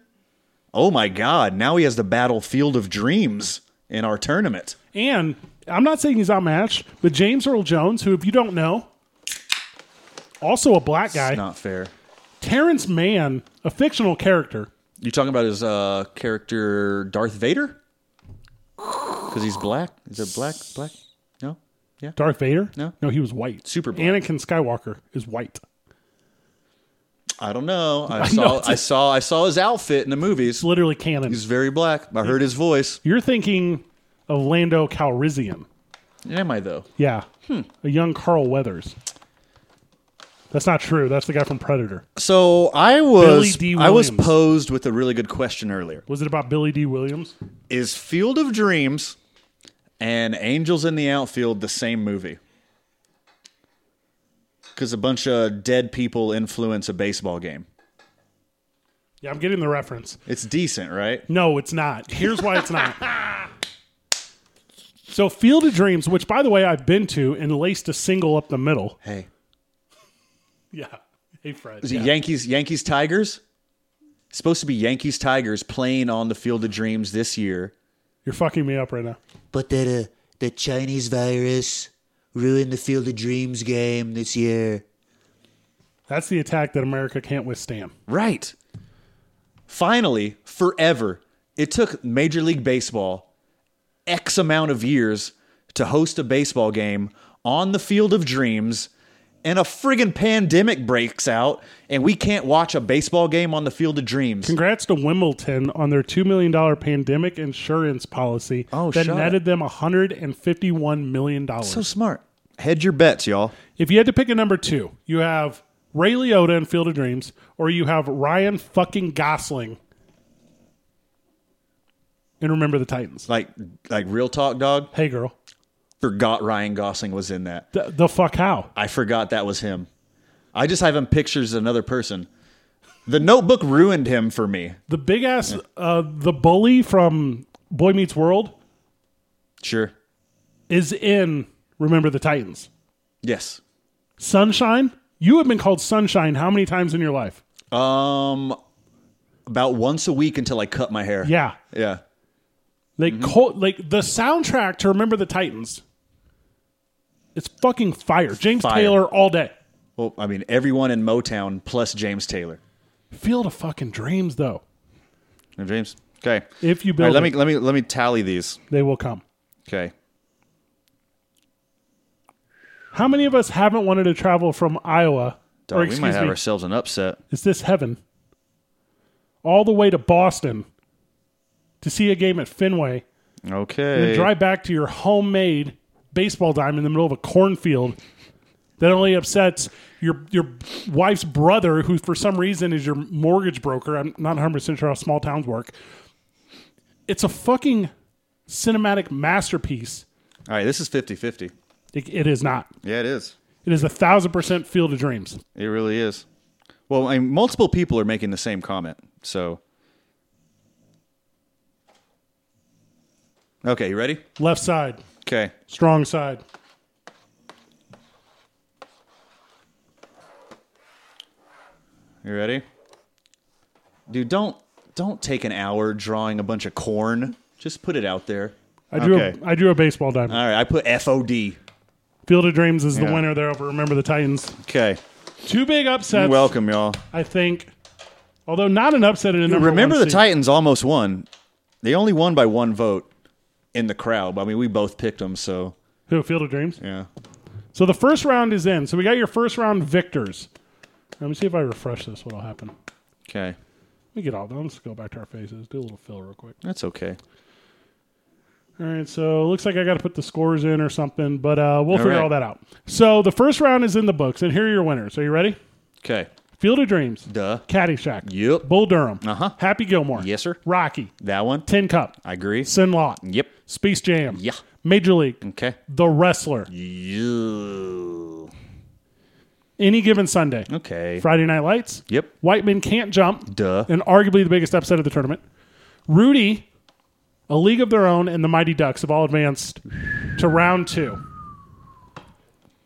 Oh my God. Now he has the battlefield of dreams in our tournament. And I'm not saying he's outmatched, but James Earl Jones, who, if you don't know, also a black guy, It's not fair. Terrence Mann, a fictional character. You talking about his uh, character Darth Vader? Because he's black. Is it black? Black? No. Yeah. Darth Vader? No. No, he was white. Super black. Anakin Skywalker is white. I don't know. [LAUGHS] I, know. saw. I saw. I saw his outfit in the movies. It's literally canon. He's very black. I heard his voice. You're thinking of Lando Calrissian. Am I though? Yeah. Hmm. A young Carl Weathers. That's not true. That's the guy from Predator. So I was. Billy D. I was Williams. posed with a really good question earlier. Was it about Billy D. Williams? Is Field of Dreams and Angels in the Outfield the same movie? Because a bunch of dead people influence a baseball game. Yeah, I'm getting the reference. It's decent, right? No, it's not. Here's why it's [LAUGHS] not. so, Field of Dreams, which by the way I've been to, and laced a single up the middle. Hey, Yeah. Hey, Fred. Is it Yankees, Yankees, Tigers? It's supposed to be Yankees, Tigers playing on the Field of Dreams this year. You're fucking me up right now. But that uh, the Chinese virus ruined the Field of Dreams game this year. That's the attack that America can't withstand. Right. Finally, forever, it took Major League Baseball X amount of years to host a baseball game on the field of dreams and a friggin' pandemic breaks out and we can't watch a baseball game on the field of dreams. Congrats to Wimbledon on their $2 million pandemic insurance policy Oh, that shut netted them $151 million. so smart. Hedge your bets, y'all. if you had to pick a number two, you have Ray Liotta in Field of Dreams, or you have Ryan fucking Gosling and Remember the Titans. Like like real talk dog. Hey, girl. Forgot Ryan Gosling was in that. The, the fuck how? I forgot that was him. I just have him pictures as another person. The notebook ruined him for me. The big ass, uh, the bully from Boy Meets World Sure. is in Remember the Titans. Yes. Sunshine, you have been called Sunshine how many times in your life? Um about once a week until I cut my hair. Yeah. Yeah. Like Mm-hmm. Col- like the soundtrack to Remember the Titans. It's fucking fire. James Fire. Taylor all day. Well, I mean everyone in Motown plus James Taylor. Field of fucking dreams though. No, James. Okay. If you All right, build let me it, let me let me tally these. they will come. Okay. How many of us haven't wanted to travel from Iowa Dog, or we excuse might have me, ourselves an upset. is this heaven? All the way to Boston to see a game at Fenway Okay. and drive back to your homemade baseball dime in the middle of a cornfield that only upsets your your wife's brother, who for some reason is your mortgage broker. I'm not 100 percent sure how small towns work. It's a fucking cinematic masterpiece. All right, this is 50-50. It- it is not. Yeah, it is. It is a thousand percent Field of Dreams. It really is. Well, I mean, multiple people are making the same comment. So Okay, you ready? Left side, Okay. strong side. You ready? Dude, don't don't take an hour drawing a bunch of corn. Just put it out there. I drew Okay. a, I drew a baseball dime. All right, I put FOD. Field of Dreams is the Yeah. winner there over Remember the Titans. Okay. Two big upsets. You're welcome, y'all. I think. Although not an upset in a number Remember one the seed. Titans almost won. They only won by one vote in the crowd. I mean, we both picked them, so Who, Field of Dreams? yeah. So the first round is in. So we got your first round victors. Let me see if I refresh this, what'll happen. Let Okay. me get all done. Let's go back to our faces. Do a little fill real quick. That's okay. All right, so looks like I got to put the scores in or something, but uh, we'll figure right. all that out. So the first round is in the books, and here are your winners. Are you ready? Okay. Field of Dreams, Duh. Caddyshack, Yep. Bull Durham, Uh-huh. Happy Gilmore, Yes, sir. Rocky, That one. Tin Cup, I agree. Sin Lot, Yep. Space Jam, Yeah. Mm. Major League, Okay. The Wrestler, You. Any Given Sunday, Okay. Friday Night Lights, Yep. White Men Can't Jump, Duh. and arguably the biggest upset of the tournament. Rudy, A League of Their Own, and the Mighty Ducks have all advanced to round two.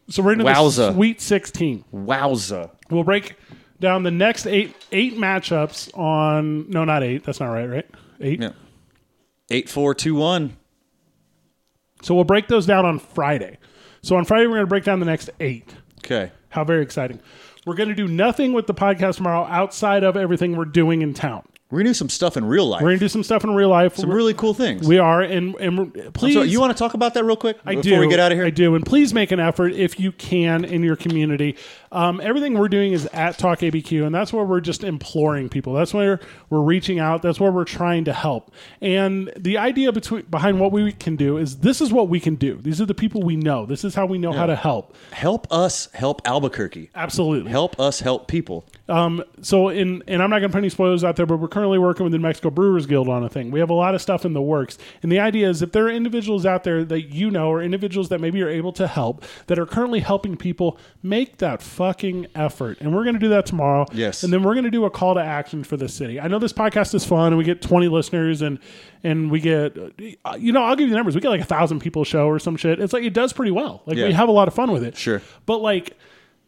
So we're into the Wowza. Sweet 16. Wowza. We'll break down the next eight eight matchups on no, not eight. That's not right, right? Eight. Yeah. Eight four two one. So we'll break those down on Friday. So on Friday we're going to break down the next eight. Okay. How very exciting! We're going to do nothing with the podcast tomorrow outside of everything we're doing in town. We're gonna do some stuff in real life. We're going to do some stuff in real life. some really cool things. We are, and and please, so you want to talk about that real quick I before do. we get out of here? I do, and please make an effort if you can in your community. Um, everything we're doing is at Talk ABQ, and that's where we're just imploring people. That's where we're reaching out. That's where we're trying to help. And the idea between behind what we can do is this is what we can do. These are the people we know. This is how we know how to help. Help us help Albuquerque. Absolutely. Help us help people. so in and I'm not going to put any spoilers out there, but we're currently working with the New Mexico Brewers Guild on a thing. We have a lot of stuff in the works, and the idea is if there are individuals out there that you know or individuals that maybe are able to help that are currently helping people, make that fucking effort. And we're going to do that tomorrow. Yes. and then we're going to do a call to action for the city. I know this podcast is fun, and we get 20 listeners, and and we get uh, you know I'll give you the numbers. We get like a thousand people a show or some shit. It's like it does pretty well. Like Yeah. we have a lot of fun with it. Sure. But like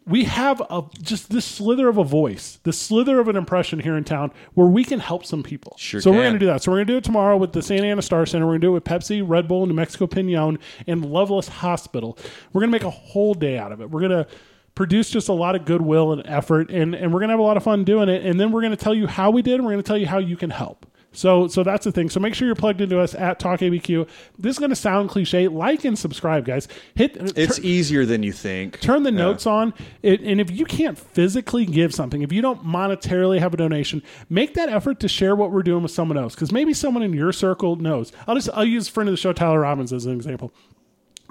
we have a just this slither of a voice, this slither of an impression here in town where we can help some people. Sure so we're can. gonna do that. So we're gonna do it tomorrow with the Santa Ana Star Center. We're gonna do it with Pepsi, Red Bull, New Mexico Pinon, and Loveless Hospital. We're gonna make a whole day out of it. We're gonna produce just a lot of goodwill and effort and, and we're gonna have a lot of fun doing it. And then we're gonna tell you how we did and we're gonna tell you how you can help. So so that's the thing. So make sure you're plugged into us at Talk ABQ. This is going to sound cliche. Like and subscribe, guys. Hit It's tur- easier than you think. turn the Yeah. notes on. It, and if you can't physically give something, if you don't monetarily have a donation, make that effort to share what we're doing with someone else because maybe someone in your circle knows. I'll just I'll use friend of the show Tyler Robbins as an example.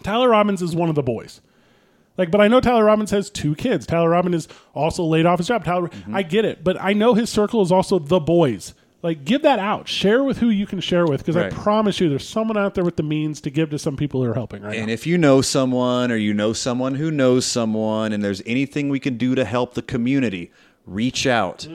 Tyler Robbins is one of the boys. Like, but I know Tyler Robbins has two kids. Tyler Robbins is also laid off his job. Tyler, Mm-hmm. I get it, but I know his circle is also the boys. Like, give that out. Share with who you can share with, because Right. I promise you, there's someone out there with the means to give to some people who are helping right And now. if you know someone or you know someone who knows someone and there's anything we can do to help the community, reach out.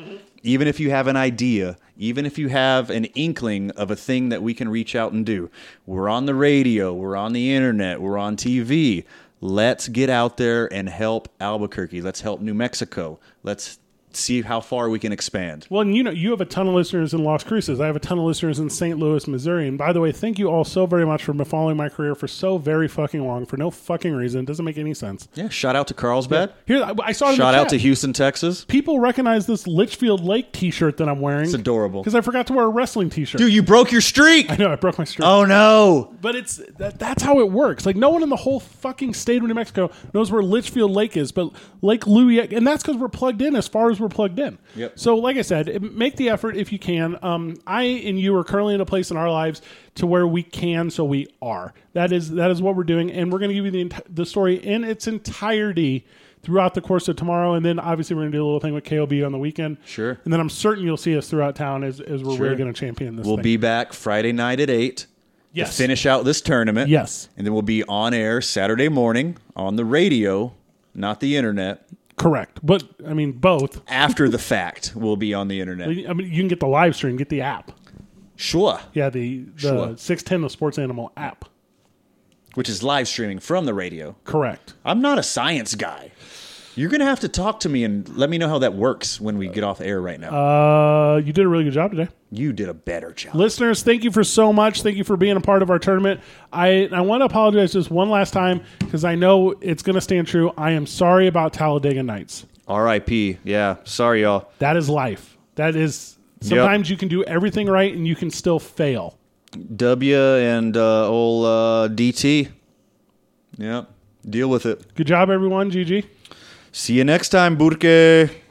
Even if you have an idea, even if you have an inkling of a thing that we can reach out and do. We're on the radio, we're on the internet, we're on TV. Let's get out there and help Albuquerque. Let's help New Mexico. Let's see how far we can expand. Well, and you know, you have a ton of listeners in Las Cruces. I have a ton of listeners in St. Louis, Missouri. And by the way, thank you all so very much for following my career for so very fucking long for no fucking reason. It doesn't make any sense. Yeah, shout out to Carlsbad. Here, I, I saw it in the Shout out chat. to Houston, Texas. People recognize this Litchfield Lake T-shirt that I'm wearing. It's adorable. because I forgot to wear a wrestling T-shirt. Dude, you broke your [LAUGHS] streak. I know I broke my streak. Oh no. But it's that, that's how it works. Like no one in the whole fucking state of New Mexico knows where Litchfield Lake is, but Lake Louis, and that's because we're plugged in as far as we're plugged in. Yep. So, like I said, it- make the effort if you can. Um, I and you are currently in a place in our lives to where we can, so we are. That is that is what we're doing, and we're going to give you the enti- the story in its entirety throughout the course of tomorrow, and then obviously we're going to do a little thing with KOB on the weekend. Sure. And then I'm certain you'll see us throughout town as, as we're Sure. really going to champion this. We'll thing. be back Friday night at eight. Yes. To finish out this tournament. Yes. And then we'll be on air Saturday morning on the radio, not the internet. correct, but I mean both. After the fact, we'll be on the internet. I mean, you can get the live stream, get the app. Sure. Yeah, the, the Sure. six ten the Sports Animal app. Which is live streaming from the radio. Correct. I'm not a science guy. You're gonna have to talk to me and let me know how that works when we get off air right now. Uh, you did a really good job today, you did a better job. listeners. Thank you for so much. Thank you for being a part of our tournament. I I want to apologize just one last time because I know it's going to stand true. I am sorry about Talladega Nights. R.I.P. Yeah. Sorry, y'all. That is life. That is sometimes you can do everything right and you can still fail. W and uh, old uh, DT. Yeah. Deal with it. Good job, everyone. GG. See you next time, Burke.